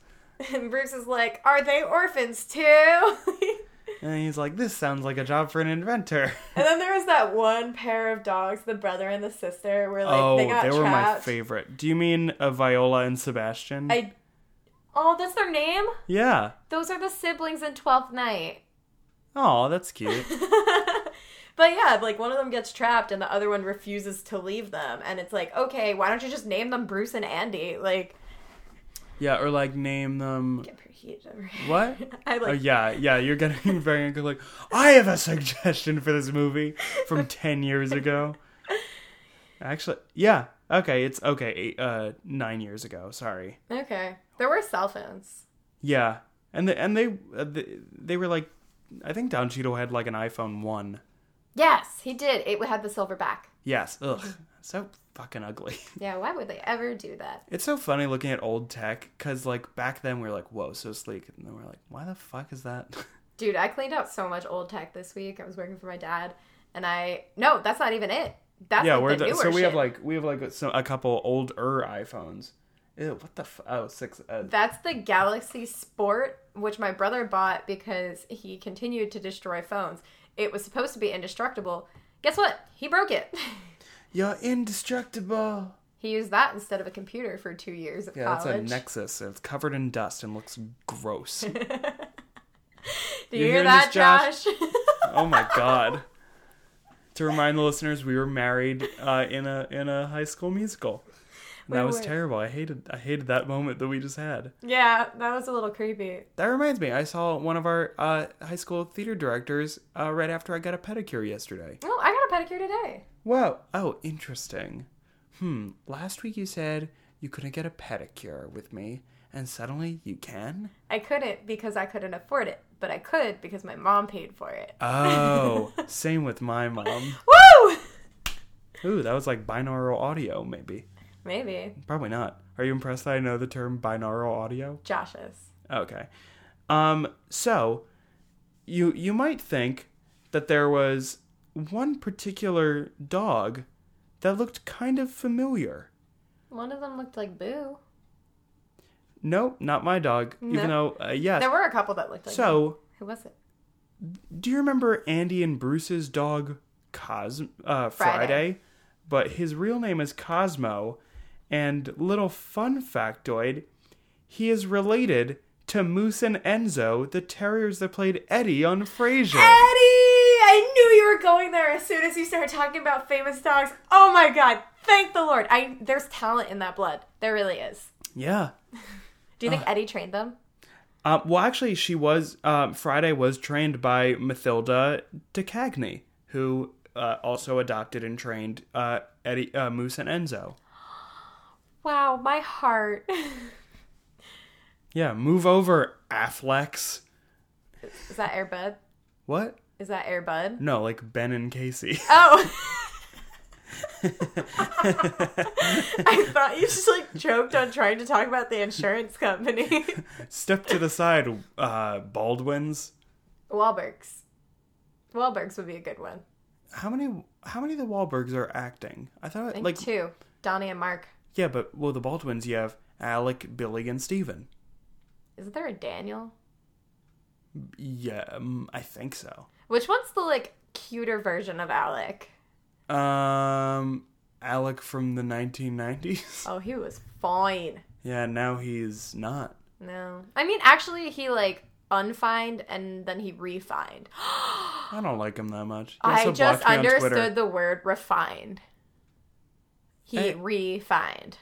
And Bruce is like, "Are they orphans too?"
And he's like this sounds like a job for an inventor.
and then there was that one pair of dogs, the brother and the sister, where like
oh,
they got
were my
trapped.
favorite. Do you mean uh, Viola and Sebastian?
I oh, that's their name.
yeah.
Those are the siblings in Twelfth Night.
Oh, that's cute.
But yeah, like one of them gets trapped and the other one refuses to leave them, and it's like, okay, why don't you just name them Bruce and Andy? Like,
yeah, or like name them
get pretty heated over here.
what?
I like.
oh yeah, yeah. You're getting very angry. Like I have a suggestion for this movie from ten years ago. Actually, yeah. Okay, it's okay. Eight, uh, nine years ago. Sorry.
Okay, there were cell phones.
Yeah, and the, and they uh, the, they were like, I think Don Cheadle had like an iPhone one.
Yes, he did. It had the silver back.
Yes. Ugh. So fucking ugly.
Yeah, why would they ever do that?
It's so funny looking at old tech because like back then we were like, whoa, so sleek, and then we're like, why the fuck is that?
Dude, I cleaned out so much old tech this week. I was working for my dad, and I no, that's not even it. That's
yeah,
like
we're
the
the,
newer
so we have
shit.
like we have like some, a couple older iPhones. Ew, what the f- oh six uh,
that's the Galaxy Sport, which my brother bought because he continued to destroy phones. It was supposed to be indestructible. Guess what? He broke it.
You're indestructible.
he used that instead of a computer for two years of
Yeah, that's a
college.
Nexus. It's covered in dust and looks gross.
Do
You
you, hear
hear
that,
this, Josh?
Josh?
oh my god. To remind the listeners, we were married uh, in a in a high school musical. And
We
that was
were.
terrible. I hated I hated that moment that we just had.
yeah, that was a little creepy.
That reminds me, I saw one of our uh, high school theater directors uh, right after I got a pedicure yesterday.
Oh, I got a pedicure today.
Wow. Oh, interesting. Hmm. Last week you said you couldn't get a pedicure with me, and suddenly you can?
I couldn't because I couldn't afford it, but I could because my mom paid for it.
Oh, same with my mom.
Woo!
Ooh, that was like binaural audio, maybe.
Maybe.
Probably not. Are you impressed that I know the term binaural audio?
Josh's.
Okay. Um, so you you might think that there was one particular dog that looked kind of familiar.
One of them looked like Boo.
Nope, not my dog. Even though, uh, yes.
There were a couple that looked like Boo.
so,
Who was it?
do you remember Andy and Bruce's dog, Cos uh, Friday.
Friday.
But his real name is Cosmo. And little fun factoid, he is related to Moose and Enzo, the terriers that played Eddie on Frasier.
Eddie! I knew you were going there as soon as you started talking about famous dogs. Oh my god. Thank the Lord. I there's talent in that blood. There really is.
Yeah.
Do you think Eddie trained them?
Um, well, actually, she was um, Friday was trained by Mathilda DeCagney, who uh, also adopted and trained uh, Eddie uh, Moose and Enzo.
Wow, my heart.
Yeah, move over, Afflex.
Is that Airbud?
What?
Is that Airbud?
No, like Ben and Casey.
Oh. I thought you just like joked on trying to talk about the insurance company.
Step to the side, uh, Baldwin's.
Wahlbergs. Wahlbergs would be a good one.
How many? How many of the Wahlbergs are acting? I thought
I think
like
two. Donnie and Mark.
yeah, but well, the Baldwin's you have Alec, Billy, and Steven.
Is there a Daniel?
Yeah, um, I think so.
Which one's the like cuter version of Alec?
Um, Alec from the 1990s.
Oh, he was fine.
Yeah, now he's not.
No. I mean, actually, he like unfined and then he refined.
I don't like him that much. He also
I
blocked
just
me on Twitter.
understood the word refined. He
Hey.
refined.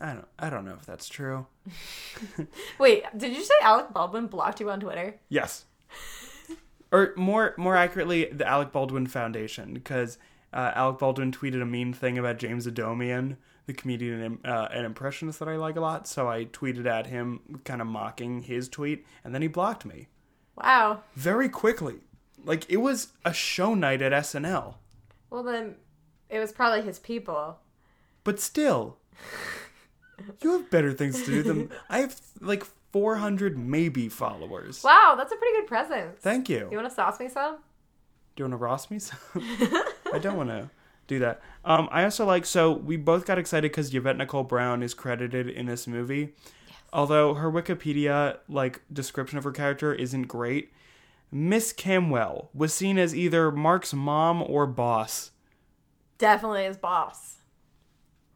I don't. I don't know if that's true.
Wait, did you say Alec Baldwin blocked you on Twitter?
Yes. or more more accurately, the Alec Baldwin Foundation, because uh, Alec Baldwin tweeted a mean thing about James Adomian, the comedian and, uh, and impressionist that I like a lot. So I tweeted at him, kind of mocking his tweet, and then he blocked me
Wow.
very quickly. Like it was a show night at SNL,
Well, then it was probably his people.
but still, you have better things to do than I have. Like four hundred maybe followers.
Wow, that's a pretty good present.
Thank
You want to sauce me some?
Do you want to roast me? some? I don't want to do that. Um, I also like so we both got excited because Yvette Nicole Brown is credited in this movie, although her Wikipedia like description of her character isn't great. Miss Camwell was seen as either Mark's mom or boss.
Definitely his boss.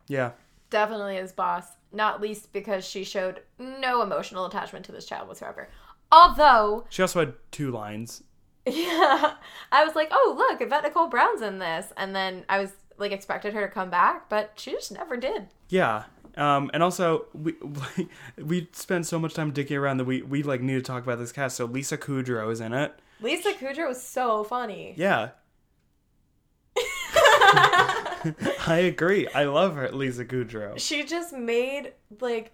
Yeah,
Definitely his boss. Not least because she showed no emotional attachment to this child whatsoever. Although,
she also had two lines.
yeah, I was like, oh, look, Yvette Nicole Brown's in this. And then I was like, expected her to come back, but she just never did.
Yeah. Um, and also, we we, we spent so much time dicking around that we, we like need to talk about this cast. So Lisa Kudrow is in it.
Lisa Kudrow was so funny.
Yeah. I agree. I love her, Lisa Kudrow.
she just made like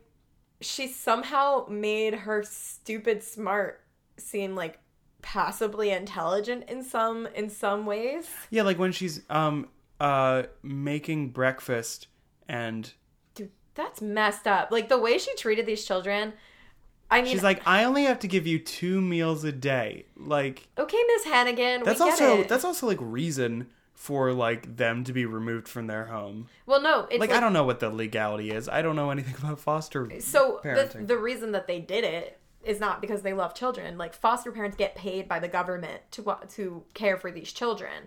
she somehow made her stupid smart seem like passably intelligent in some in some ways
Yeah, like when she's um uh making breakfast and
dude that's messed up like the way she treated these children i mean
she's like, I only have to give you two meals a day. Like
okay miss hannigan
that's
we get
also
it.
that's also like reason for like them to be removed from their home.
well no it's
Like, I don't know what the legality is. I don't know anything about foster.
so the,
parenting.
the reason that they did it is not because they love children like foster parents get paid by the government to wa- to care for these children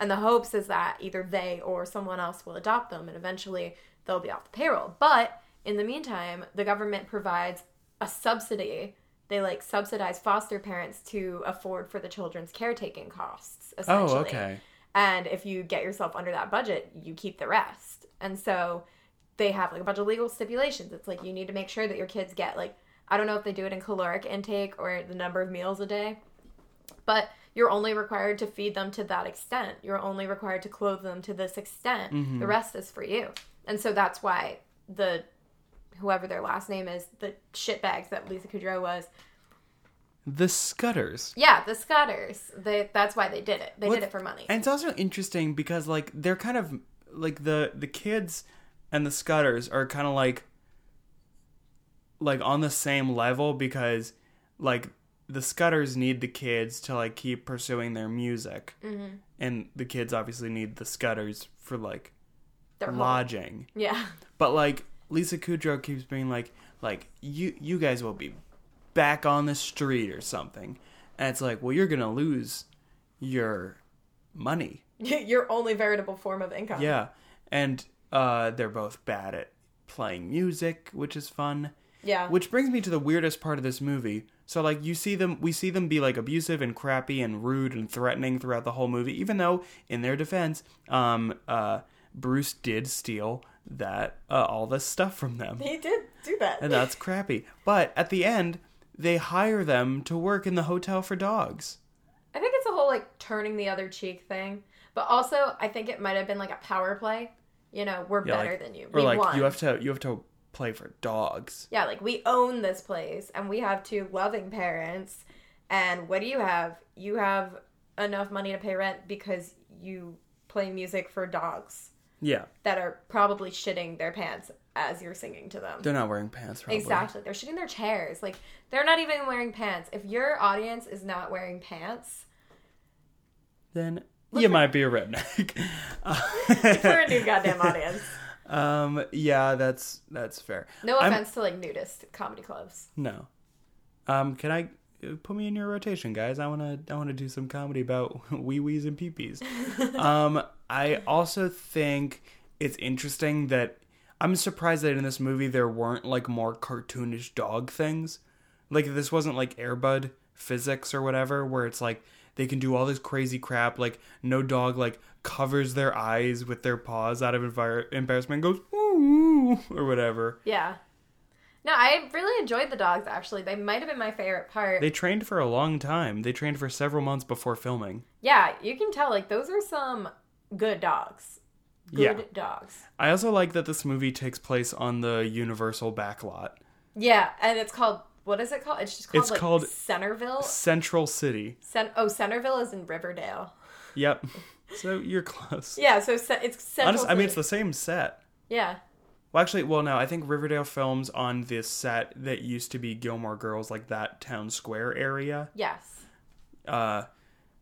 and the hopes is that either they or someone else will adopt them and eventually they'll be off the payroll but in the meantime the government provides a subsidy they like subsidize foster parents to afford for the children's caretaking costs essentially
Oh, okay.
and if you get yourself under that budget, you keep the rest. And so they have like a bunch of legal stipulations. It's like you need to make sure that your kids get like I don't know if they do it in caloric intake or the number of meals a day, but you're only required to feed them to that extent. You're only required to clothe them to this extent. The rest is for you. And so that's why the whoever their last name is, the shitbags that Lisa Kudrow was,
The Scudders.
yeah, the Scotters. They that's why they did it. They did
What-
it for money.
And it's also interesting because like they're kind of like the the kids and the scudders are kind of like like on the same level because like the scudders need the kids to like keep pursuing their music and the kids obviously need the scudders for like
Their whole-
lodging
Yeah.
but like Lisa Kudrow keeps being like, like you you guys will be back on the street or something, and it's like, well, you're gonna lose your money.
your only veritable form of income.
Yeah, and uh, they're both bad at playing music, which is fun.
Yeah.
Which brings me to the weirdest part of this movie. So like you see them we see them be like abusive and crappy and rude and threatening throughout the whole movie, even though in their defense, um uh Bruce did steal that uh, all this stuff from them.
he did do that.
And uh, that's crappy. But at the end, they hire them to work in the hotel for dogs.
I think it's a whole like turning the other cheek thing. But also, I think it might have been like a power play. You know, we're
Yeah,
better
like-
than you.
Or
we
like
won.
you have to you have to play for dogs.
yeah, like we own this place and we have two loving parents. And what do you have? You have enough money to pay rent because you play music for dogs
Yeah.
that are probably shitting their pants as you're singing to them.
They're not wearing pants probably.
Exactly. They're shitting their chairs. Like they're not even wearing pants. If your audience is not wearing pants,
Then you might be a redneck.
we're a new goddamn audience.
Um. Yeah, that's that's fair.
No
I'm-
offense to like nudist comedy clubs.
No. Um. Can I put me in your rotation, guys. I want to I want to do some comedy about wee wees and pee pees. um, I also think it's interesting that I'm surprised that in this movie there weren't like more cartoonish dog things. Like this wasn't like Airbud physics or whatever, where it's like they can do all this crazy crap. Like no dog like covers their eyes with their paws out of envir- embarrassment, and goes ooh or whatever.
Yeah. No, I really enjoyed the dogs actually. They might have been my favorite part.
They trained for a long time. They trained for several months before filming.
yeah, you can tell like those are some good dogs. Good
Yeah.
dogs.
I also like that this movie takes place on the Universal backlot,
Yeah, and it's called what is it called? It's just called
It's
like
called-
Centerville.
Central City.
Cen- oh, Centerville is in Riverdale.
Yep. so you're close.
Yeah, so ce- it's Central.
Honestly, I mean it's
City.
the same set.
yeah.
Well, actually, well, no. I think Riverdale films on this set that used to be Gilmore Girls, like that town square area.
Yes.
Uh,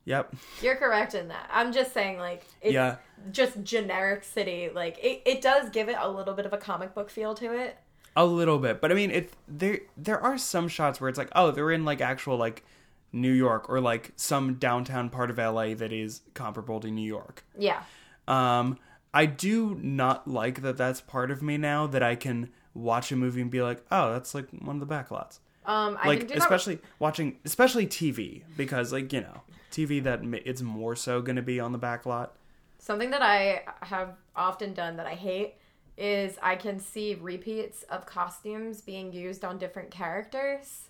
yep.
You're correct in that. I'm just saying, like, it's
Yeah.
just generic city. Like, it, it does give it a little bit of a comic book feel to it.
A little bit, but I mean, it there there are some shots where it's like, oh, they're in like actual like New York or like some downtown part of LA that is comparable to New York.
Yeah.
Um, I do not like that. That's part of me now that I can watch a movie and be like, oh, that's like one of the backlots.
Um, I can
Like
do
especially watching, especially TV because like you know TV that ma- it's more so going to be on the backlot.
that. Something that I have often done that I hate is I can see repeats of costumes being used on different characters.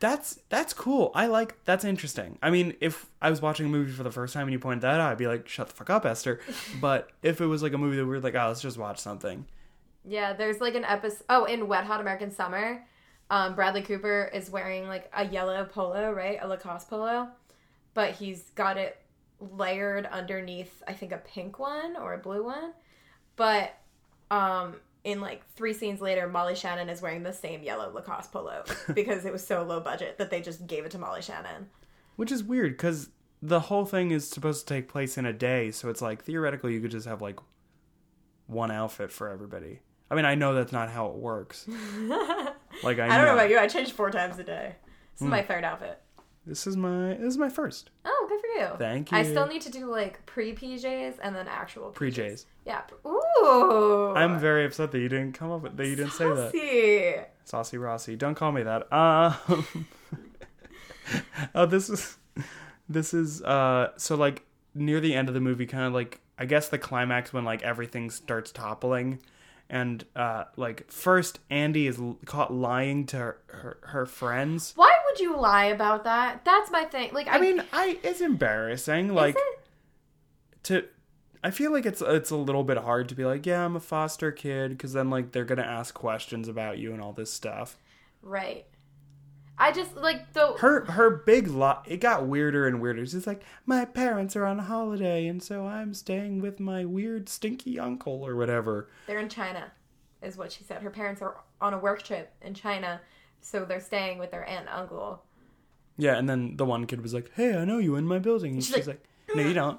That's that's cool. I like that's interesting. I mean, if I was watching a movie for the first time and you pointed that out, I'd be like, "Shut the fuck up, Esther." But if it was like a movie that we were like, "Oh, let's just watch something,"
Yeah, there's like an episode. Oh, in Wet Hot American Summer, um, Bradley Cooper is wearing like a yellow polo, right? A Lacoste polo. But he's got it layered underneath, I think, a pink one or a blue one. But um, in like three scenes later, Molly Shannon is wearing the same yellow Lacoste polo because it was so low budget that they just gave it to Molly Shannon.
which is weird because the whole thing is supposed to take place in a day, so it's like theoretically you could just have like one outfit for everybody. I mean, I know that's not how it works. like I, Hmm.
I don't know about you, I changed four times a day. This is my third outfit.
This is my this is my first
Oh, good for you.
Thank
I
you.
still need to do like pre PJs and then actual
pre J's.
Yeah. pr- Ooh.
I'm very upset that you didn't come up with that you didn't say that.
Saucy.
Saucy Rossi. Don't call me that. Um, oh, this is this is uh so like near the end of the movie, kind of like I guess the climax when like everything starts toppling, and uh like first Andy is l- caught lying to her her, her friends.
Why would you lie about that? That's my thing. Like, I,
I mean, I it's embarrassing. Like
it?
to. I feel like it's it's a little bit hard to be like, yeah, I'm a foster kid, because then like they're gonna ask questions about you and all this stuff.
right. I just like the
her her big lot it got weirder and weirder she's like my parents are on holiday and so i'm staying with my weird stinky uncle or whatever
they're in China, is what she said. Her parents are on a work trip in China, so they're staying with their aunt and uncle.
yeah and then the one kid was like hey i know you in my building and she's,
She's
like, no you don't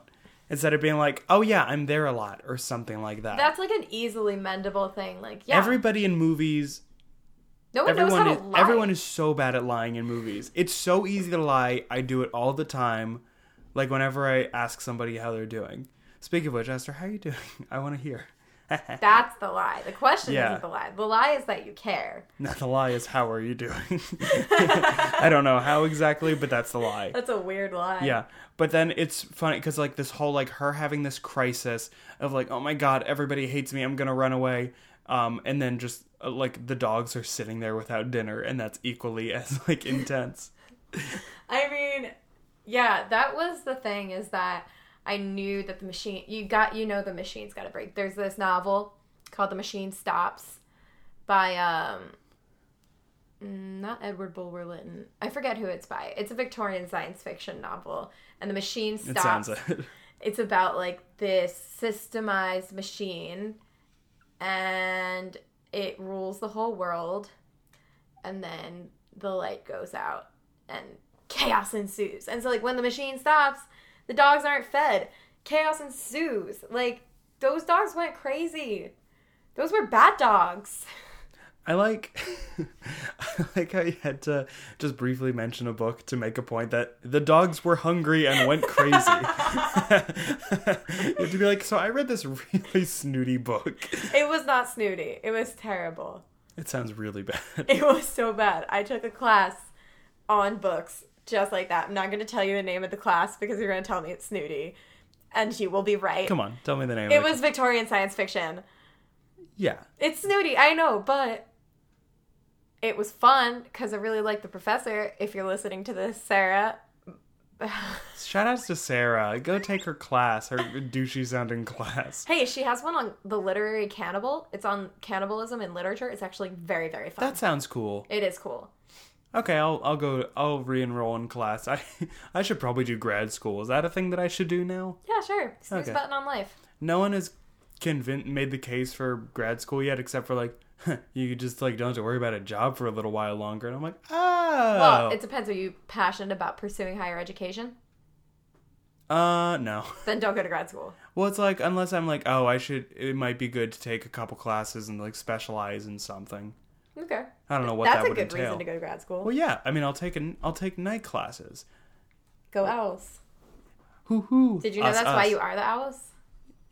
instead of being like oh yeah i'm there a lot or something like that
That's like an easily mendable thing. Like, yeah,
everybody in movies
no one
everyone is,
knows how to lie.
everyone is so bad at lying in movies it's so easy to lie i do it all the time like whenever i ask somebody how they're doing speaking of which esther how you doing i want to hear
That's the lie. The question
Yeah.
isn't the lie. The lie is that you care.
Now the lie is how are you doing? I don't know how exactly, but that's the lie.
That's a weird lie.
Yeah, but then it's funny because like this whole like her having this crisis of like oh my god everybody hates me I'm gonna run away, um and then just uh, like the dogs are sitting there without dinner and that's equally as like intense.
I mean, yeah, that was the thing is that I knew that the machine you got you know the machine's got to break. There's this novel called The Machine Stops by um mm, not Edward Bulwer Lytton. I forget who it's by. It's a Victorian science fiction novel and The Machine
It
Stops
sounds like
it's about like this systemized machine and it rules the whole world and then the light goes out and chaos ensues and so like when the machine stops the dogs aren't fed chaos ensues like those dogs went crazy those were bad dogs
I like I like how you had to just briefly mention a book to make a point that the dogs were hungry and went crazy. you have to be like, so I read this really snooty book.
It was not snooty. It was terrible.
It sounds really bad.
It was so bad. I took a class on books just like that. I'm not going to tell you the name of the class because you're going to tell me it's snooty, and you will be right.
Come on, tell me the name.
It
of
was Victorian science fiction.
yeah.
It's snooty, I know, but it was fun because I really liked the professor. If you're listening to this, Sarah,
Shout outs to Sarah. Go take her class, her douchey sounding class.
hey, she has one on the literary cannibal. It's on cannibalism in literature. It's actually very, very fun.
That sounds cool.
it is cool.
Okay, I'll I'll go. I'll re-enroll in class. I I should probably do grad school. Is that a thing that I should do now?
Yeah, sure. Snooze
Okay.
button on life.
No one has convinced made the case for grad school yet, except for like you just like don't have to worry about a job for a little while longer. And I'm like, oh,
Well, it depends. Are you passionate about pursuing higher education?
uh, no.
Then don't go to grad school.
Well, it's like unless I'm like, oh, I should. It might be good to take a couple classes and like specialize in something.
Okay.
I don't know what
That's
that
a
would
good
entail.
reason to go to grad school.
Well, yeah. I mean, I'll take an I'll take night classes.
Go owls.
Hoo hoo.
Did you know
Us,
that's why
us.
you are the owls?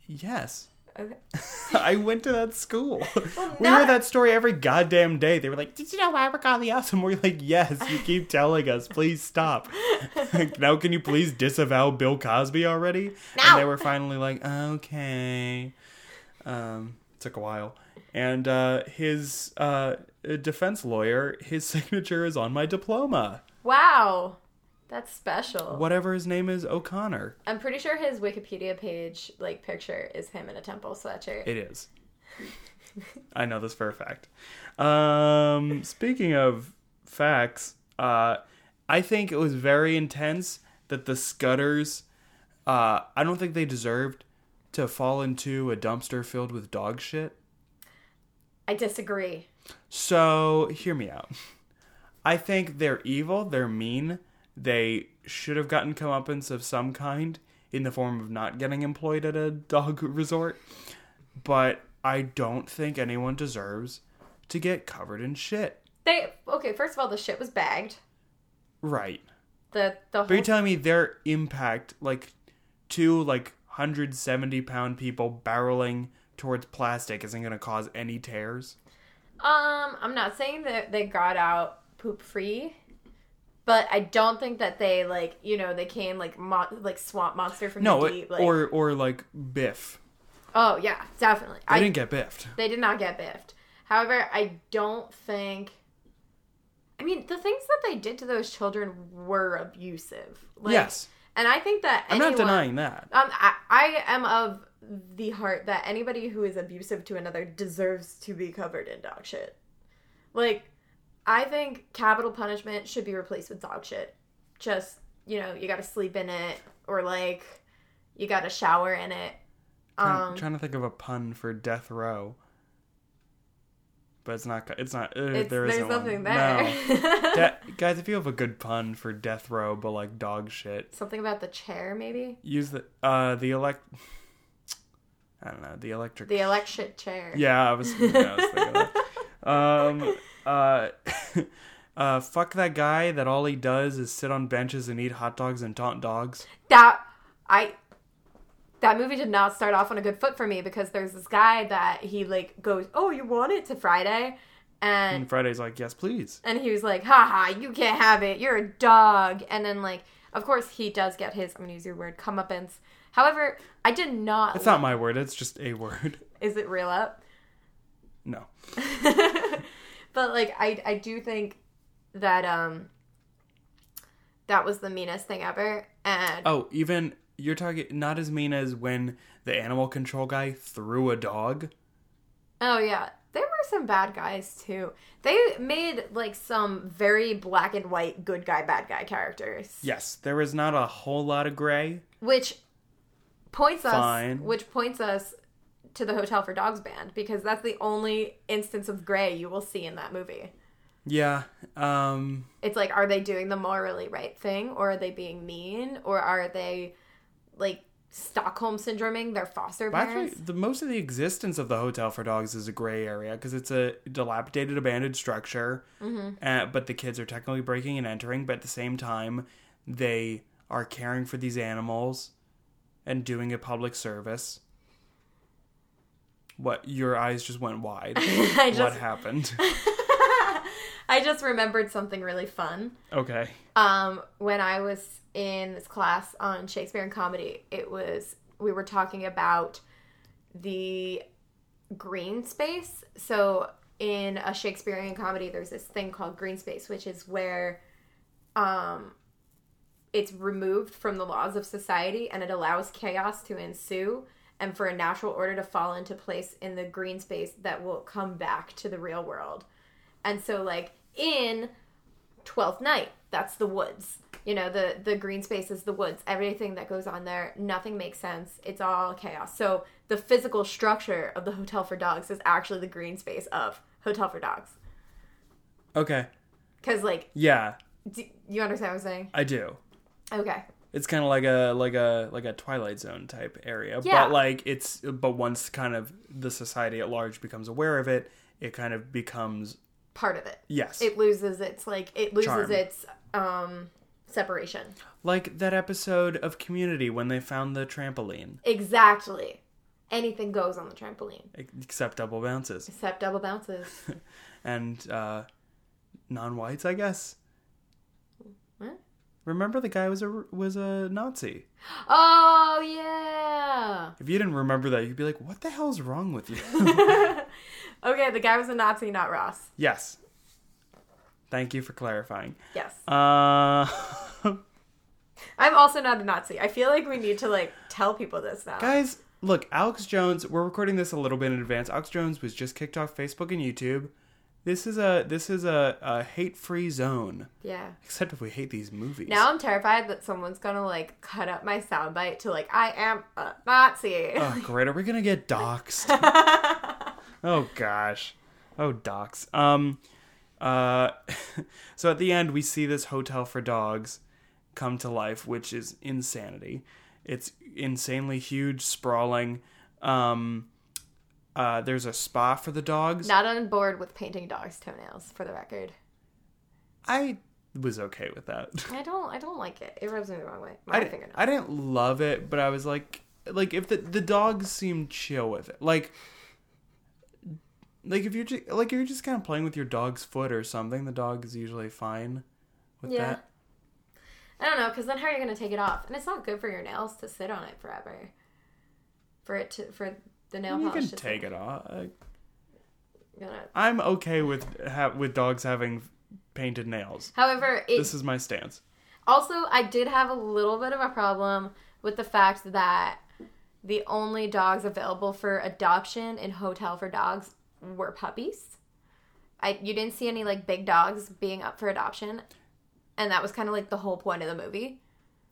Yes.
Okay.
I went to that school. we
now-
heard that story every goddamn day. They were like, "Did you know why we're called the Us?" And we're like, "Yes, you keep telling us. Please stop." Like, now, can you please disavow Bill Cosby already?
Now.
And they were finally like, "Okay." Um, took a while, and uh, his uh, defense lawyer, his signature is on my diploma.
Wow. That's special.
Whatever his name is, O'Connor.
I'm pretty sure his Wikipedia page like picture is him in a temple sweatshirt.
It is. I know this for a fact. Um, speaking of facts, uh, I think it was very intense that the Scudders. Uh, I don't think they deserved to fall into a dumpster filled with dog shit.
I disagree.
So hear me out. I think they're evil. They're mean. They should have gotten comeuppance of some kind in the form of not getting employed at a dog resort. But I don't think anyone deserves to get covered in shit.
They okay. First of all, the shit was bagged.
Right.
The the
But
whole
you're telling me their impact, like two like 170 pound people barreling towards plastic, isn't going to cause any tears?
um. I'm not saying that they got out poop free, but I don't think that they like you know they came like mo- like swamp monster from
No,
the
it,
deep. Like,
or or like biff.
oh yeah, definitely.
They
I
didn't get biffed.
They did not get biffed. However, I don't think. I mean, the things that they did to those children were abusive. Like,
Yes.
and I think that
I'm
anyone,
not denying that.
Um, I, I am of the heart that anybody who is abusive to another deserves to be covered in dog shit. Like, I think capital punishment should be replaced with dog shit. Just you know, you got to sleep in it, or like, you got to shower in it.
Trying,
Um,
trying to think of a pun for death row, but it's not. It's not. Uh,
It's,
there
there's
isn't one.
nothing there.
No. De- guys, if you have a good pun for death row, but like dog shit,
Something about the chair, maybe?
use the uh the elect. I don't know the electric.
The election chair.
yeah, I was. Yeah, I was thinking of that. Um. Uh. Uh, fuck that guy that all he does is sit on benches and eat hot dogs and taunt dogs.
That I that movie did not start off on a good foot for me because there's this guy that he like goes, "Oh, you want it to Friday?" and
And Friday's like, yes, please.
and he was like, "Haha, you can't have it. You're a dog." And then like, of course, he does get his. I'm gonna use your word, comeuppance. However, I did not.
It's not my word. It's just a word.
Is it real up?
No.
but like I I do think that um that was the meanest thing ever and
Oh, even you're talking not as mean as when the animal control guy threw a dog.
oh yeah there were some bad guys too they made like some very black and white good guy bad guy characters
Yes, there was not a whole lot of gray.
which points us
Fine.
which points us to the hotel for dogs band because that's the only instance of gray you will see in that movie
Yeah. Um
it's like are they doing the morally right thing or are they being mean or are they like Stockholm syndroming their foster
Well, Actually,
parents.
the most of the existence of the hotel for dogs is a gray area because it's a dilapidated, abandoned structure. Uh, but the kids are technically breaking and entering, but at the same time, they are caring for these animals and doing a public service. What your eyes just went wide.
I
what
just
happened?
I just remembered something really fun.
okay.
Um, when I was in this class on Shakespeare and comedy, it was we were talking about the green space. So in a Shakespearean comedy, there's this thing called green space, which is where um, it's removed from the laws of society and it allows chaos to ensue and for a natural order to fall into place in the green space that will come back to the real world. And so, like in Twelfth Night, that's the woods. You know, the the green space is the woods. Everything that goes on there, nothing makes sense. It's all chaos. So the physical structure of the Hotel for Dogs is actually the green space of Hotel for Dogs.
Okay.
Because, like,
Yeah,
do you understand what I'm saying?
I do.
Okay.
It's kind of like a like a like a Twilight Zone type area,
Yeah.
but like it's but once kind of the society at large becomes aware of it, it kind of becomes
Part of it.
yes,
It loses its like it loses
Charm.
its um separation.
like that episode of Community when they found the trampoline,
Exactly. Anything goes on the trampoline
except double bounces
except double bounces.
and uh, non-whites, I guess.
What?
Remember the guy was a was a Nazi.
Oh yeah.
If you didn't remember that, you'd be like, "What the hell's wrong with you?"
Okay, the guy was a Nazi, not Ross.
yes. Thank you for clarifying.
Yes.
Uh
I'm also not a Nazi. I feel like we need to like tell people this now.
Guys, look, Alex Jones, we're recording this a little bit in advance. Alex Jones was just kicked off Facebook and YouTube. This is a this is a, a hate free zone.
Yeah.
Except if we hate these movies.
Now I'm terrified that someone's gonna like cut up my soundbite to like I am a Nazi.
Oh great, are we gonna get doxxed? oh gosh. Oh dox. Um uh so at the end we see this hotel for dogs come to life, which is insanity. It's insanely huge, sprawling. Um uh there's a spa for the dogs.
Not on board with painting dogs' toenails, for the record.
I was okay with that.
I don't. I don't like it. It rubs me the wrong way. My
I,
I
didn't,
fingernail.
I didn't love it, but I was like, like if the the dogs seemed chill with it, like, like if you're just, like if you're just kind of playing with your dog's foot or something, the dog is usually fine with
Yeah.
that.
I don't know, because then how are you gonna take it off? And it's not good for your nails to sit on it forever. For it to for the nail
You
polish.
can take it off. Like,
Gonna...
I'm okay with ha- with dogs having painted nails.
However, it
This is my stance.
Also, I did have a little bit of a problem with the fact that the only dogs available for adoption in Hotel for Dogs were puppies. I you didn't see any like big dogs being up for adoption, and that was kind of like the whole point of the movie.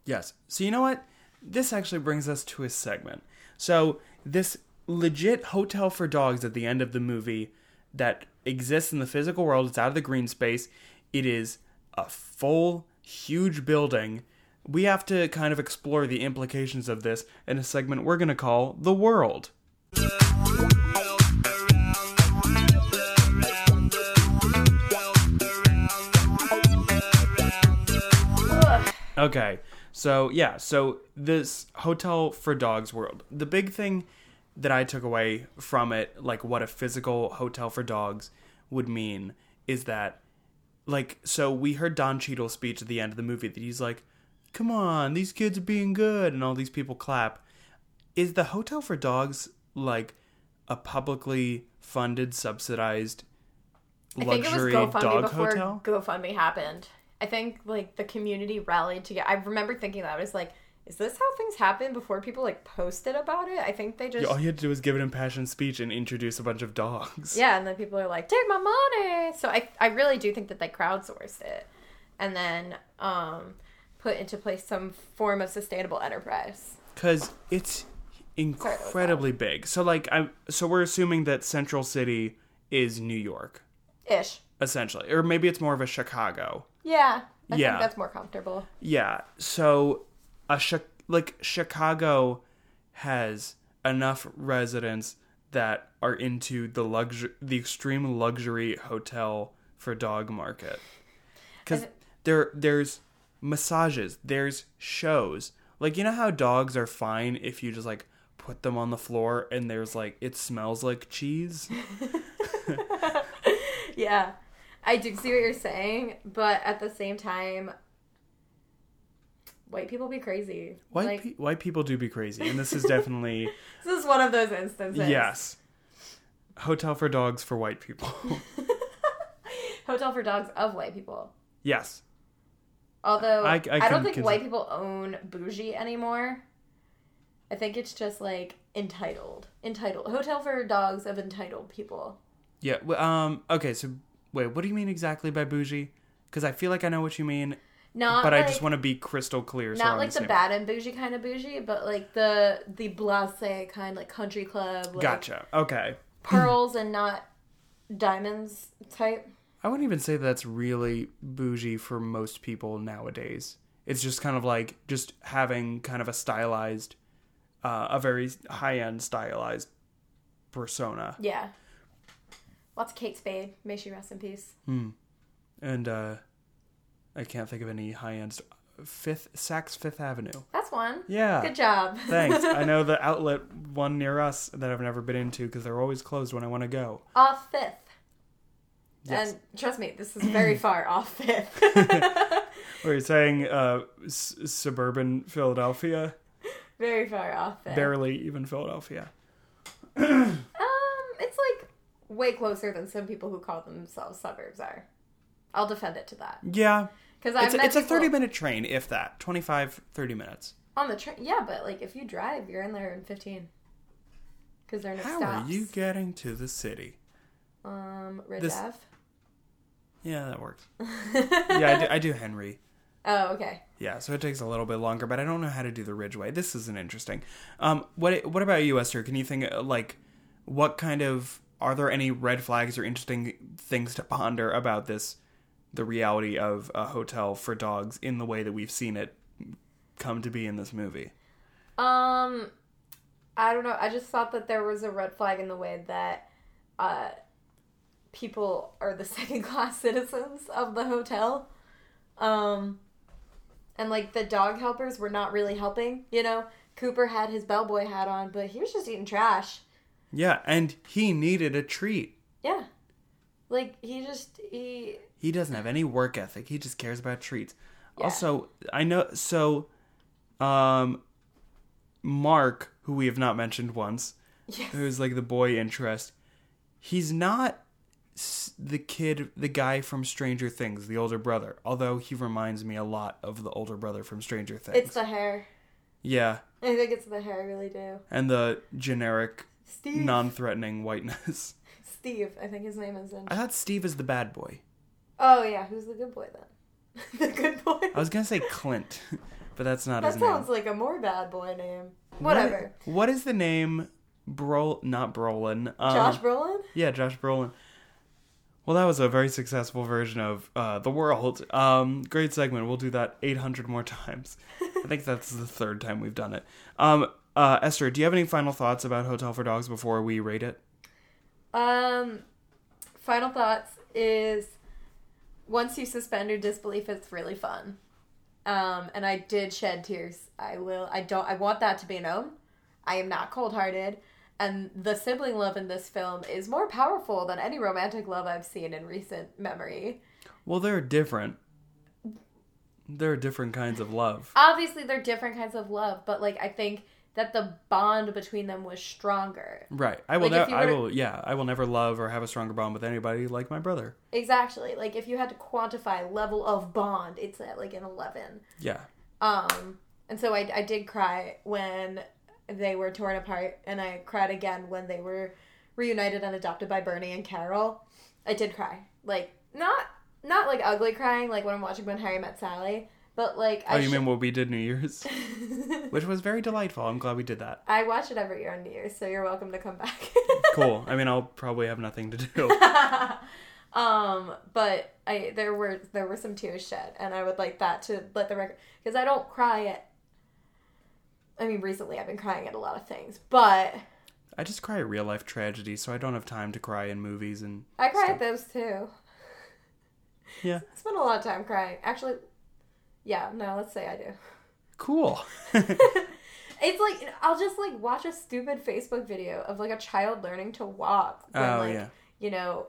Yes. So you know what? This actually brings us to a segment. So this legit hotel for dogs at the end of the movie that exists in the physical world, it's out of the green space. It is a full huge building. We have to kind of explore the implications of this in a segment we're going to call The World. Okay. So, yeah, so this hotel for dogs world. The big thing that I took away from it, like what a physical hotel for dogs would mean, is that, like, so we heard Don Cheadle's speech at the end of the movie that he's like, come on, these kids are being good, and all these people clap. Is the hotel for dogs, like, a publicly funded, subsidized luxury dog
before
hotel?
GoFundMe happened. I think like the community rallied together. I remember thinking that I was like, is this how things happen before people like posted about it? I think they just
All you had to do was give an impassioned speech and introduce a bunch of dogs.
Yeah, and then people are like, take my money. So I, I really do think that they crowdsourced it and then um, put into place some form of sustainable enterprise.
because it's incredibly big. So like I am so we're assuming that Central City is New York
Ish.
essentially, or maybe it's more of a Chicago.
Yeah. I
Yeah.
think that's more comfortable.
Yeah. So a chi- like Chicago has enough residents that are into the luxury, the extreme luxury hotel for dog market. Because
And-
there, there's massages, there's shows. Like you know how dogs are fine if you just like put them on the floor and there's like it smells like cheese.
Yeah. I do see what you're saying, but at the same time, white people be crazy.
White
like,
pe- white people do be crazy, and this is definitely
this is one of those instances.
yes. Hotel for dogs for white people.
Hotel for dogs of white people.
yes.
Although
I- I
I,
couldn't
don't think
consi-
white people own bougie anymore. I think it's just like entitled, entitled hotel for dogs of entitled people.
Yeah. w- Um. Okay. So wait, what do you mean exactly by bougie? Because I feel like I know what you mean,
Not
but
like,
I just want to be crystal clear. so we're
not
on
like the
same-
bad and bougie kind of bougie, but like the the blase kind, like country club, like
Gotcha. Okay.
pearls and not diamonds type.
I wouldn't even say that's really bougie for most people nowadays. It's just kind of like just having kind of a stylized, uh, a very high end stylized persona.
Yeah. Lots of Kate Spade. May she rest in peace.
and uh I can't think of any high end st- Fifth Saks Fifth Avenue.
That's one.
Yeah.
Good job.
Thanks. I know the outlet one near us that I've never been into because they're always closed when I want to go.
off fifth.
Yes.
And trust me, this is very far off fifth.
Were you saying uh, s- suburban Philadelphia?
very far off fifth.
Barely even Philadelphia.
um, it's like way closer than some people who call themselves suburbs are. I'll defend it to that
Yeah.
because
It's,
I've
a-
met
it's a
people
30 minute train, if that. 25, 30 minutes.
on the train. Yeah, but like if you drive, you're in there in fifteen. Because there are no
How
stops.
are you getting to the city?
Um, Ridge
This-
Ave.
Yeah, that works. yeah, I do, I do Henry.
Oh, okay.
Yeah, so it takes a little bit longer, but I don't know how to do the Ridgeway. This isn't interesting. Um, what what about you, Esther? Can you think uh, like what kind of are there any red flags or interesting things to ponder about this the reality of a hotel for dogs in the way that we've seen it come to be in this movie?
Um, I don't know. I just thought that there was a red flag in the way that uh, people are the second class citizens of the hotel. Um, and like the dog helpers were not really helping. You know, Cooper had his bellboy hat on, but he was just eating trash.
Yeah, and he needed a treat.
Yeah, like he just he
He doesn't have any work ethic. He just cares about treats. Also, I know so um Mark, who we have not mentioned once, who's like the boy interest, he's not s- the kid, the guy from Stranger Things, the older brother, although he reminds me a lot of the older brother from Stranger Things.
it's the hair.
yeah,
I think it's the hair. I really do.
and the generic
Steve.
non-threatening whiteness.
Steve. I think his name is in.
I thought Steve is the bad boy.
Oh yeah, who's the good boy then? the good boy.
I was going to say Clint, but that's not
That
his name.
sounds like a more bad boy name. Whatever.
What, what is the name? Brol, not Brolin. Um,
Josh Brolin?
Yeah, Josh Brolin. Well, that was a very successful version of uh, the world. Um, great segment. We'll do that 800 more times. I think that's the third time we've done it. Um, uh, Esther, do you have any final thoughts about Hotel for Dogs before we rate it?
Um, final thoughts is once you suspend your disbelief, it's really fun. Um, and I did shed tears. I will. I don't. I want that to be known. I am not cold hearted. And the sibling love in this film is more powerful than any romantic love I've seen in recent memory.
Well, they're different. There are different kinds of
Uh,
love.
Obviously, they're different kinds of love, but like I think that the bond between them was stronger.
Right. I will.
Like, if
ne-
you
I
were-
will. Yeah. I will never love or have a stronger bond with anybody like my brother.
Exactly. Like if you had to quantify level of bond, it's at like an eleven.
Yeah.
Um, and so I, I did cry when they were torn apart, and I cried again when they were reunited and adopted by Bernie and Carol. I did cry, like not not like ugly crying, like when I'm watching When Harry Met Sally, but like
Oh,
I
you
sh-
mean what we did New Year's, which was very delightful. I'm glad we did that.
I watch it every year on New Year's, so you're welcome to come back.
Cool. I mean, I'll probably have nothing to do.
um, but I there were there were some tears shed, and I would like that to let the record because I don't cry at I mean, recently I've been crying at a lot of things, but
I just cry at real life tragedies, so I don't have time to cry in movies and
I cry at those too.
yeah.
I spend a lot of time crying. Actually, yeah, no, let's say I do.
Cool.
It's like I'll just like watch a stupid Facebook video of like a child learning to walk.
Oh,
like,
yeah.
You know,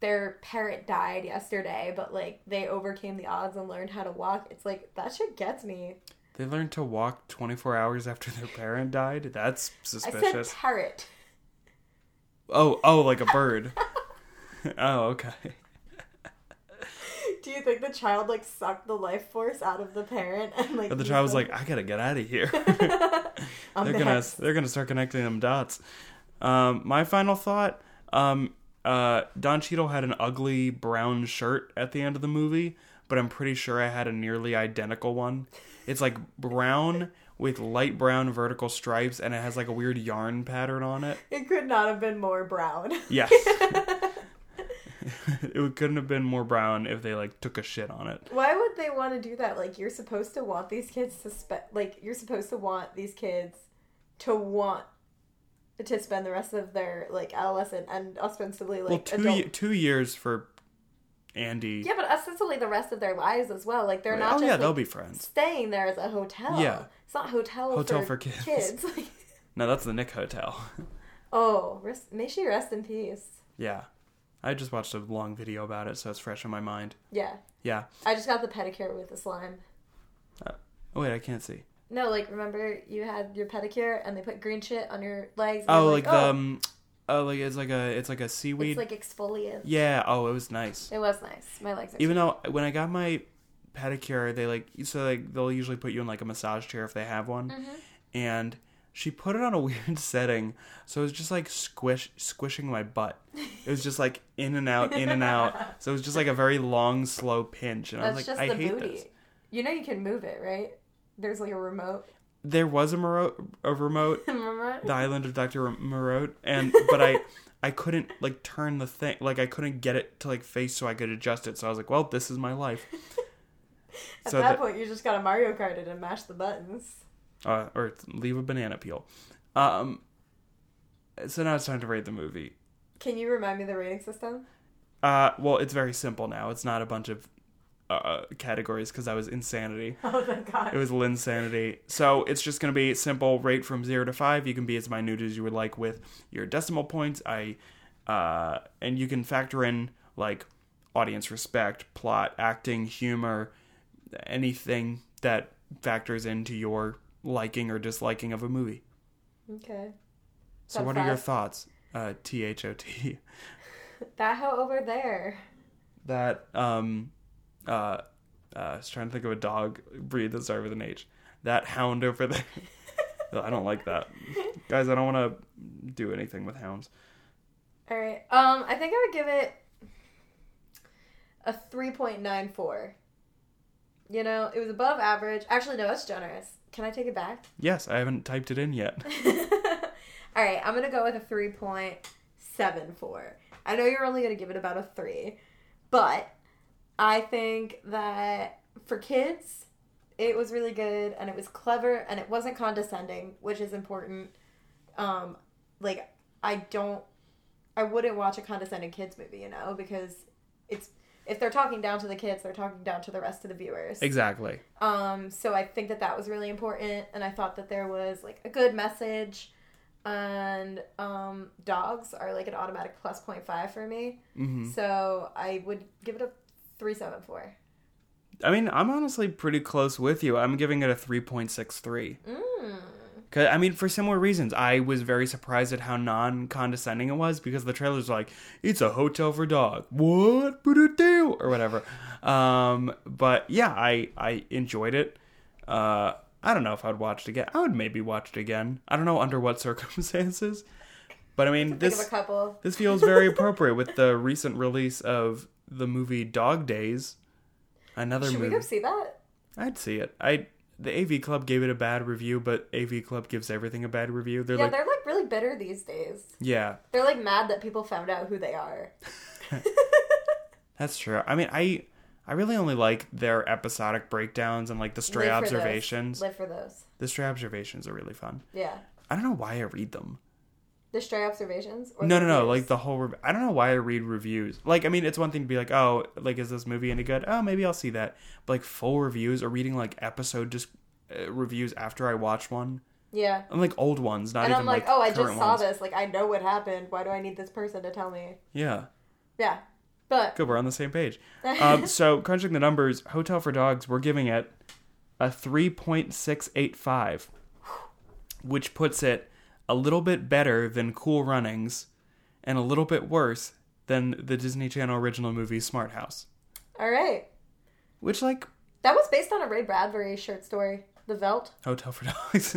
their parent died yesterday, but like they overcame the odds and learned how to walk. It's like that shit gets me.
they learned to walk 24 hours after their parent died. That's
I
suspicious.
said parrot.
Oh, oh, like a bird. oh, okay.
Do you think the child like sucked the life force out of the parent and like?
But the
used
child was
them-
like, I gotta get out of here.
I'm
they're
the
gonna
hex.
they're gonna start connecting them dots. Um, my final thought: um, uh, Don Cheadle had an ugly brown shirt at the end of the movie, but I'm pretty sure I had a nearly identical one. It's like brown with light brown vertical stripes, and it has like a weird yarn pattern on it.
It could not have been more brown.
Yes. it couldn't have been more brown if they like took a shit on it.
Why would they want to do that? Like you're supposed to want these kids to spend like you're supposed to want these kids to want to spend the rest of their like adolescent and ostensibly
Well,
like
two
adult.
ye- two years for Andy.
yeah, but ostensibly the rest of their lives as well. Like they're
oh
not. just,
yeah,
like,
they'll be friends.
staying there as a hotel.
Yeah.
it's not hotel.
Hotel
for,
for kids.
kids. Like,
No, that's the Nick Hotel.
oh, rest, may she rest in peace.
Yeah. I just watched a long video about it, so it's fresh in my mind.
Yeah,
Yeah.
I just got the pedicure with the slime.
Oh, wait, I can't see.
No, like remember you had your pedicure and they put green shit on your legs. and
Oh,
you're
like, the,
oh,
um, oh, like it's like a, it's like a seaweed.
it's like exfoliant.
yeah. Oh, it was nice.
It was nice. My legs are.
Even though when I got my pedicure, they like, so like they'll usually put you in like a massage chair if they have one.
Mm-hmm.
And she put it on a weird setting, so it was just like squish, squishing my butt. It was just like in and out, in and out. So it was just like a very long, slow pinch. And I
That's
was like,
just
I
the
hate
booty.
this.
You know you can move it, right? There's like a remote.
There was a, moro- a remote
Remember?
the island of Dr. Moreau and but I I couldn't like turn the thing like I couldn't get it to like face so I could adjust it so I was like well this is my life
At
so
that
that-
point, you just got to Mario Kart it and mash the buttons.
uh, or leave a banana peel um so now it's time to rate the movie
Can you remind me of the rating system?
uh well it's very simple now it's not a bunch of uh categories because I was insanity
Oh, thank God.
It was Linsanity. So it's just going to be simple rate from zero to five. You can be as minute as you would like with your decimal points. I, uh, and you can factor in like audience respect, plot, acting, humor, anything that factors into your liking or disliking of a movie.
Okay.
So
That's
what are your
five.
thoughts? Uh, T H O T.
That hoe over there.
That um, uh, uh, I was trying to think of a dog breed that started with an H. That hound over there. I don't like that. Guys, I don't want to do anything with hounds.
All right. Um, I think I would give it a three point nine four. You know, it was above average. Actually, no, that's generous. Can I take it back?
Yes, I haven't typed it in yet.
All right, I'm gonna go with a 3.74. I know you're only gonna give it about a three, but I think that for kids, it was really good and it was clever and it wasn't condescending, which is important. Um, like I don't, I wouldn't watch a condescending kids movie, you know, because it's if they're talking down to the kids, they're talking down to the rest of the viewers.
Exactly.
Um, so I think that that was really important, and I thought that there was like a good message. And um, dogs are like an automatic plus 0.5 for me,
Mm-hmm.
so I would give it a three seven four.
I mean, I'm honestly pretty close with you. I'm giving it a 3.63.
Mm.
Cause, I mean, for similar reasons, I was very surprised at how non condescending it was because the trailer's like, it's a hotel for dog. What? Boo-doo-doo," Or whatever. Um, but yeah, I, I enjoyed it. Uh, I don't know if I'd watch it again. I would maybe watch it again. I don't know under what circumstances. But I mean,
Think
this.
of a couple.
This feels very appropriate with the recent release of the movie Dog Days. Another
Should we
movie.
go see that?
I'd see it. I the AV Club gave it a bad review, but AV Club gives everything a bad review. They're
Yeah,
like,
they're like really bitter these days.
yeah,
They're like mad that people found out who they are.
that's true. I mean, I I really only like their episodic breakdowns and like the stray
Live for those.
observations.
Live for those.
The stray observations are really fun.
Yeah.
I don't know why I read them.
The stray observations? Or
No,
the
no, no.
reviews?
Like the whole. Re- I don't know why I read reviews. Like, I mean, it's one thing to be like, oh, like, is this movie any good? Oh, maybe I'll see that. But like full reviews or reading like episode just uh, reviews after I watch one.
Yeah.
And like old ones, not
And
even
I'm like,
like,
oh, I
current
just saw
ones.
this. Like, I know what happened. Why do I need this person to tell me?
Yeah.
Yeah. But
Good, we're on the same page. um, so, crunching the numbers, Hotel for Dogs, we're giving it a 3.685, which puts it a little bit better than Cool Runnings and a little bit worse than the Disney Channel original movie Smart House,
all right.
which, like,
That was based on a Ray Bradbury short story, The Velt.
Hotel for Dogs.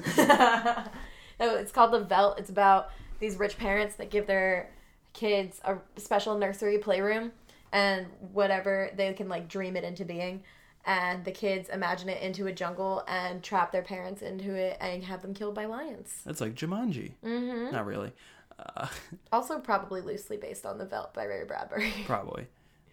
Oh, it's called The Velt. It's about these rich parents that give their kids a special nursery playroom and whatever they can like dream it into being. And the kids imagine it into a jungle and trap their parents into it and have them killed by lions.
That's like Jumanji. Mm-hmm. Not really. Uh,
Also, probably loosely based on The Velt by Ray Bradbury.
probably.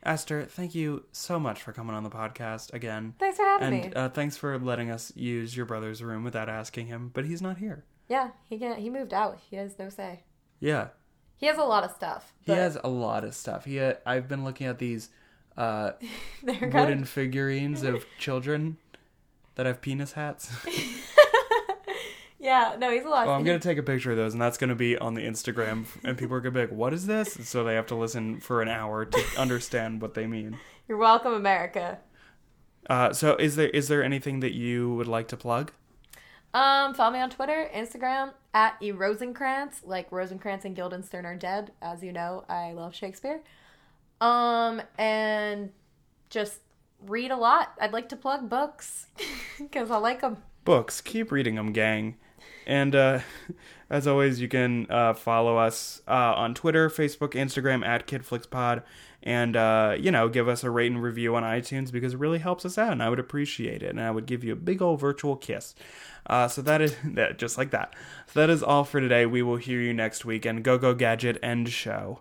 Esther, thank you so much for coming on the podcast again.
Thanks for having me.
and uh, thanks for letting us use your brother's room without asking him, but he's not here.
yeah, he can, he moved out. He has no say.
Yeah,
He has a lot of stuff.
he
but
has a lot of stuff. He, uh, I've been looking at these uh,
they're kind of-
wooden figurines of children that have penis hats.
Yeah, no, he's a lot.
Well, I'm gonna take a picture of those, and that's gonna be on the Instagram, and people are gonna be like, "What is this?" And so they have to listen for an hour to understand what they mean.
You're welcome, America.
Uh, so, is there is there anything that you would like to plug?
Um, follow me on Twitter, Instagram at e Rosenkrantz. Like Rosenkrantz and Guildenstern are dead, as you know. I love Shakespeare. Um, and just read a lot. I'd like to plug books because I like them.
books. Keep reading them, gang. And uh, as always, you can uh, follow us uh, on Twitter, Facebook, Instagram at KidFlixPod, and uh, you know, give us a rate and review on iTunes because it really helps us out, and I would appreciate it. And I would give you a big old virtual kiss. Uh, so that is that, just like that. So that is all for today. We will hear you next week, and go go gadget end show.